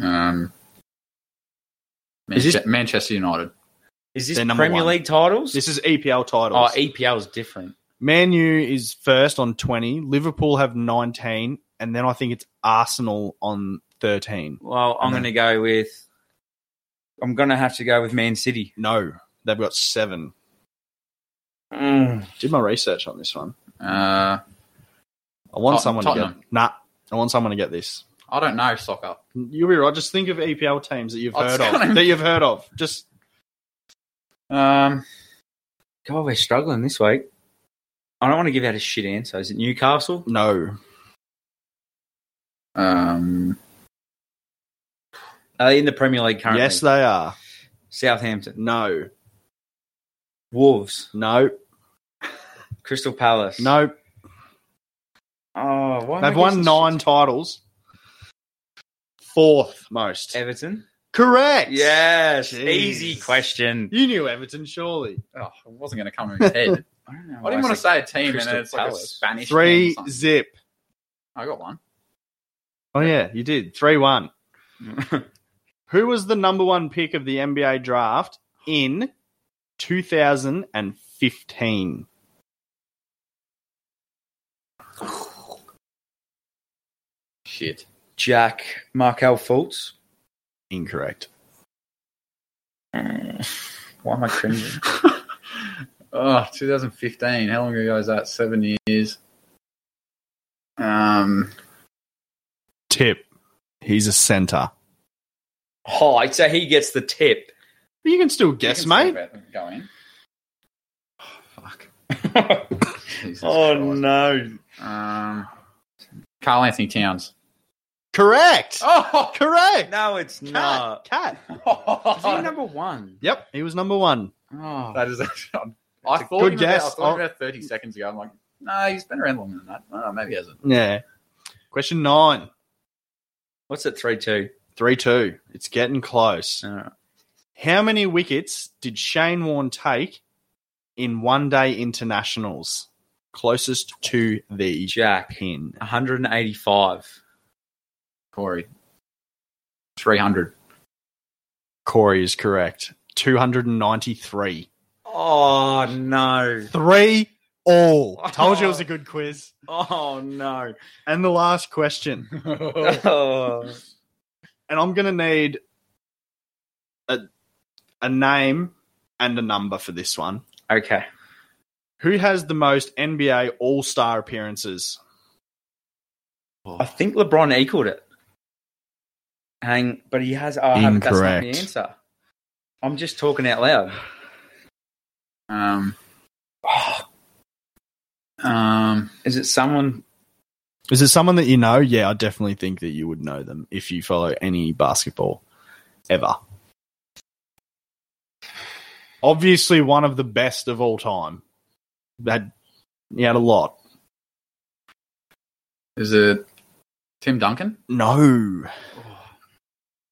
[SPEAKER 5] Um,
[SPEAKER 1] Is this-
[SPEAKER 5] Manche- Manchester United.
[SPEAKER 1] Is this
[SPEAKER 4] They're number
[SPEAKER 1] Premier
[SPEAKER 4] one.
[SPEAKER 1] League titles?
[SPEAKER 4] This is EPL
[SPEAKER 1] oh,
[SPEAKER 4] titles.
[SPEAKER 1] EPL is different.
[SPEAKER 4] Man U is first on twenty. Liverpool have nineteen, and then I think it's Arsenal on thirteen.
[SPEAKER 1] Well, I'm
[SPEAKER 4] I know.
[SPEAKER 1] going to go with. I'm going to have to go with Man City.
[SPEAKER 4] No, they've got seven.
[SPEAKER 1] Mm.
[SPEAKER 4] Did my research on this one.
[SPEAKER 5] Uh,
[SPEAKER 4] I want
[SPEAKER 5] Tot-
[SPEAKER 4] someone to
[SPEAKER 5] Tottenham.
[SPEAKER 4] get. Nah, I want someone to get this.
[SPEAKER 5] I don't know soccer.
[SPEAKER 4] You'll be right. Just think of EPL teams that you've
[SPEAKER 5] I'll
[SPEAKER 4] heard
[SPEAKER 5] tell him.
[SPEAKER 4] of. That you've heard of. Just
[SPEAKER 5] Um,
[SPEAKER 1] God, we're struggling this week. I don't want to give out a shit answer. Is it Newcastle?
[SPEAKER 4] no.
[SPEAKER 5] um,
[SPEAKER 1] Are they in the Premier League currently?
[SPEAKER 4] Yes, they are.
[SPEAKER 1] Southampton,
[SPEAKER 4] No.
[SPEAKER 1] Wolves,
[SPEAKER 4] No.
[SPEAKER 1] Crystal Palace.
[SPEAKER 4] No.
[SPEAKER 1] Oh, why am I
[SPEAKER 4] They've won
[SPEAKER 1] guessing
[SPEAKER 4] nine titles. Fourth most.
[SPEAKER 1] shit? Everton.
[SPEAKER 4] Correct.
[SPEAKER 1] Yes.
[SPEAKER 4] Jeez.
[SPEAKER 1] Easy question.
[SPEAKER 4] You knew Everton, surely.
[SPEAKER 5] oh, it wasn't going to come in my head.
[SPEAKER 1] I, don't know
[SPEAKER 5] (laughs) I
[SPEAKER 1] why
[SPEAKER 5] didn't want to
[SPEAKER 1] said-
[SPEAKER 5] say a team, and
[SPEAKER 1] Crystal
[SPEAKER 5] then it's like a
[SPEAKER 1] Palace.
[SPEAKER 5] Spanish
[SPEAKER 4] Three
[SPEAKER 5] team or something.
[SPEAKER 4] zip.
[SPEAKER 5] I got one.
[SPEAKER 4] Oh, yeah, you did. Three (laughs) one. Who was the number one pick of the NBA draft in 2015?
[SPEAKER 5] Shit.
[SPEAKER 1] Jack Markel Fultz.
[SPEAKER 4] Incorrect.
[SPEAKER 1] Why am I cringing?
[SPEAKER 5] (laughs) oh, 2015. How long ago is that? Seven years. Um,
[SPEAKER 4] Tip. He's a center.
[SPEAKER 1] oh, so he gets the
[SPEAKER 4] (laughs)
[SPEAKER 1] tip.
[SPEAKER 4] You can still guess,
[SPEAKER 5] you can
[SPEAKER 4] mate.
[SPEAKER 5] still bet- Go in. Oh, fuck. Jesus
[SPEAKER 4] Oh,
[SPEAKER 5] Christ.
[SPEAKER 1] no.
[SPEAKER 5] Um, Carl Anthony Towns.
[SPEAKER 4] Correct.
[SPEAKER 5] Oh, (laughs)
[SPEAKER 4] Correct.
[SPEAKER 1] No, it's not.
[SPEAKER 4] Cat.
[SPEAKER 1] Is he number one?
[SPEAKER 4] Yep, he was number one.
[SPEAKER 1] Oh.
[SPEAKER 5] that is. I thought
[SPEAKER 4] good
[SPEAKER 5] him
[SPEAKER 4] guess.
[SPEAKER 5] About, I thought him
[SPEAKER 4] I'll-
[SPEAKER 5] about 30 seconds ago. I'm like, No, he's been around longer than that. Oh, maybe he hasn't.
[SPEAKER 4] Yeah. Question nine.
[SPEAKER 6] What's it? Three two.
[SPEAKER 4] 3 2. It's getting close. How many wickets did Shane Warne take in one day internationals? Closest to the
[SPEAKER 6] Jack.
[SPEAKER 4] pin.
[SPEAKER 6] 185.
[SPEAKER 5] Corey. 300.
[SPEAKER 4] Corey is correct. 293.
[SPEAKER 6] Oh no.
[SPEAKER 4] Three all. Told you it was a good quiz.
[SPEAKER 6] Oh
[SPEAKER 4] (laughs)
[SPEAKER 6] no.
[SPEAKER 4] And the last question.
[SPEAKER 6] Oh.
[SPEAKER 4] and I'm going to need a, a name and a number for this one.
[SPEAKER 6] Okay.
[SPEAKER 4] Who has the most NBA All Star appearances?
[SPEAKER 6] I think LeBron equaled it. Hang, but he has. Oh, I haven't- that's not the
[SPEAKER 4] Incorrect.
[SPEAKER 6] answer. I'm just talking out loud.
[SPEAKER 5] Um, (sighs) um,
[SPEAKER 6] Is it someone?
[SPEAKER 4] Is it someone that you know? Yeah, I definitely think that you would know them if you follow any basketball ever. Obviously, one of the best of all time. That he had a lot.
[SPEAKER 5] is it Tim Duncan?
[SPEAKER 4] No,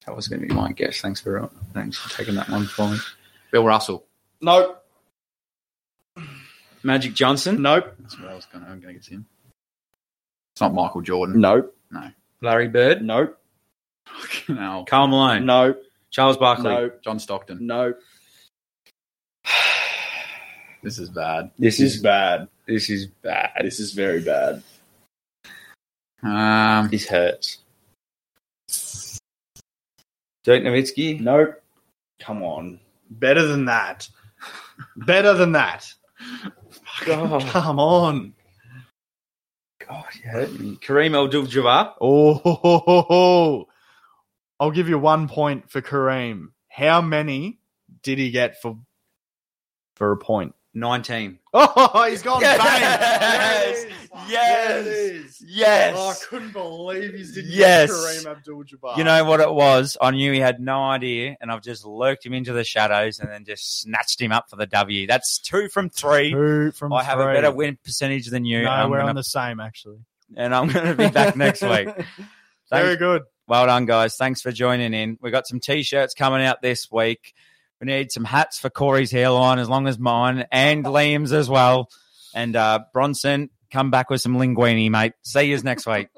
[SPEAKER 6] That was going to be my guess. Thanks for thanks for taking that one for me.
[SPEAKER 5] Bill Russell.
[SPEAKER 4] nope,
[SPEAKER 6] Magic Johnson,
[SPEAKER 4] nope,
[SPEAKER 5] That's what I was going to, I'm going to get him. It's not Michael Jordan.
[SPEAKER 4] nope,
[SPEAKER 6] Larry Bird,
[SPEAKER 4] nope,
[SPEAKER 5] (laughs) Fucking hell.
[SPEAKER 6] Carl Malone,
[SPEAKER 4] nope,
[SPEAKER 6] Charles Barkley.
[SPEAKER 4] nope,
[SPEAKER 5] John Stockton.
[SPEAKER 4] nope.
[SPEAKER 5] This is bad.
[SPEAKER 6] This is
[SPEAKER 4] bad.
[SPEAKER 6] this is bad.
[SPEAKER 4] This is very bad.
[SPEAKER 5] Um,
[SPEAKER 6] This hurts. Dirk Nowitzki,
[SPEAKER 4] Nope. Come on. Better than that. Better than that.
[SPEAKER 6] God.
[SPEAKER 4] Come on.
[SPEAKER 6] God, you hurt me. Kareem Abdul-Jabbar.
[SPEAKER 4] Oh, ho, ho, ho, ho. Oh, (laughs) I'll give you one point for Kareem. How many did he get for for a point? (laughs)
[SPEAKER 6] 19.
[SPEAKER 4] Oh, he's gone
[SPEAKER 6] Yes!
[SPEAKER 4] bang.
[SPEAKER 6] Yes!
[SPEAKER 4] Yes. Oh, I couldn't believe he's didn't
[SPEAKER 6] Yes.
[SPEAKER 4] get Kareem Abdul-Jabbar.
[SPEAKER 1] You know what it was? I knew he had no idea, and I've just lurked him into the shadows and then just snatched him up for the W. That's two from three.
[SPEAKER 4] Two from
[SPEAKER 1] I have a
[SPEAKER 4] three.
[SPEAKER 1] better win percentage than you,
[SPEAKER 4] No,
[SPEAKER 1] and, I'm
[SPEAKER 4] we're on
[SPEAKER 1] gonna,
[SPEAKER 4] the same actually.
[SPEAKER 1] (laughs) and I'm going to be back next
[SPEAKER 4] (laughs)
[SPEAKER 1] week.
[SPEAKER 4] Very
[SPEAKER 1] Thanks-
[SPEAKER 4] good.
[SPEAKER 1] Well done, guys. Thanks for joining in. We've got some t shirts coming out this week. We need some hats for Corey's hairline, as long as mine, and Liam's as well. And uh, Bronson, come back with some linguini, mate. See you next week.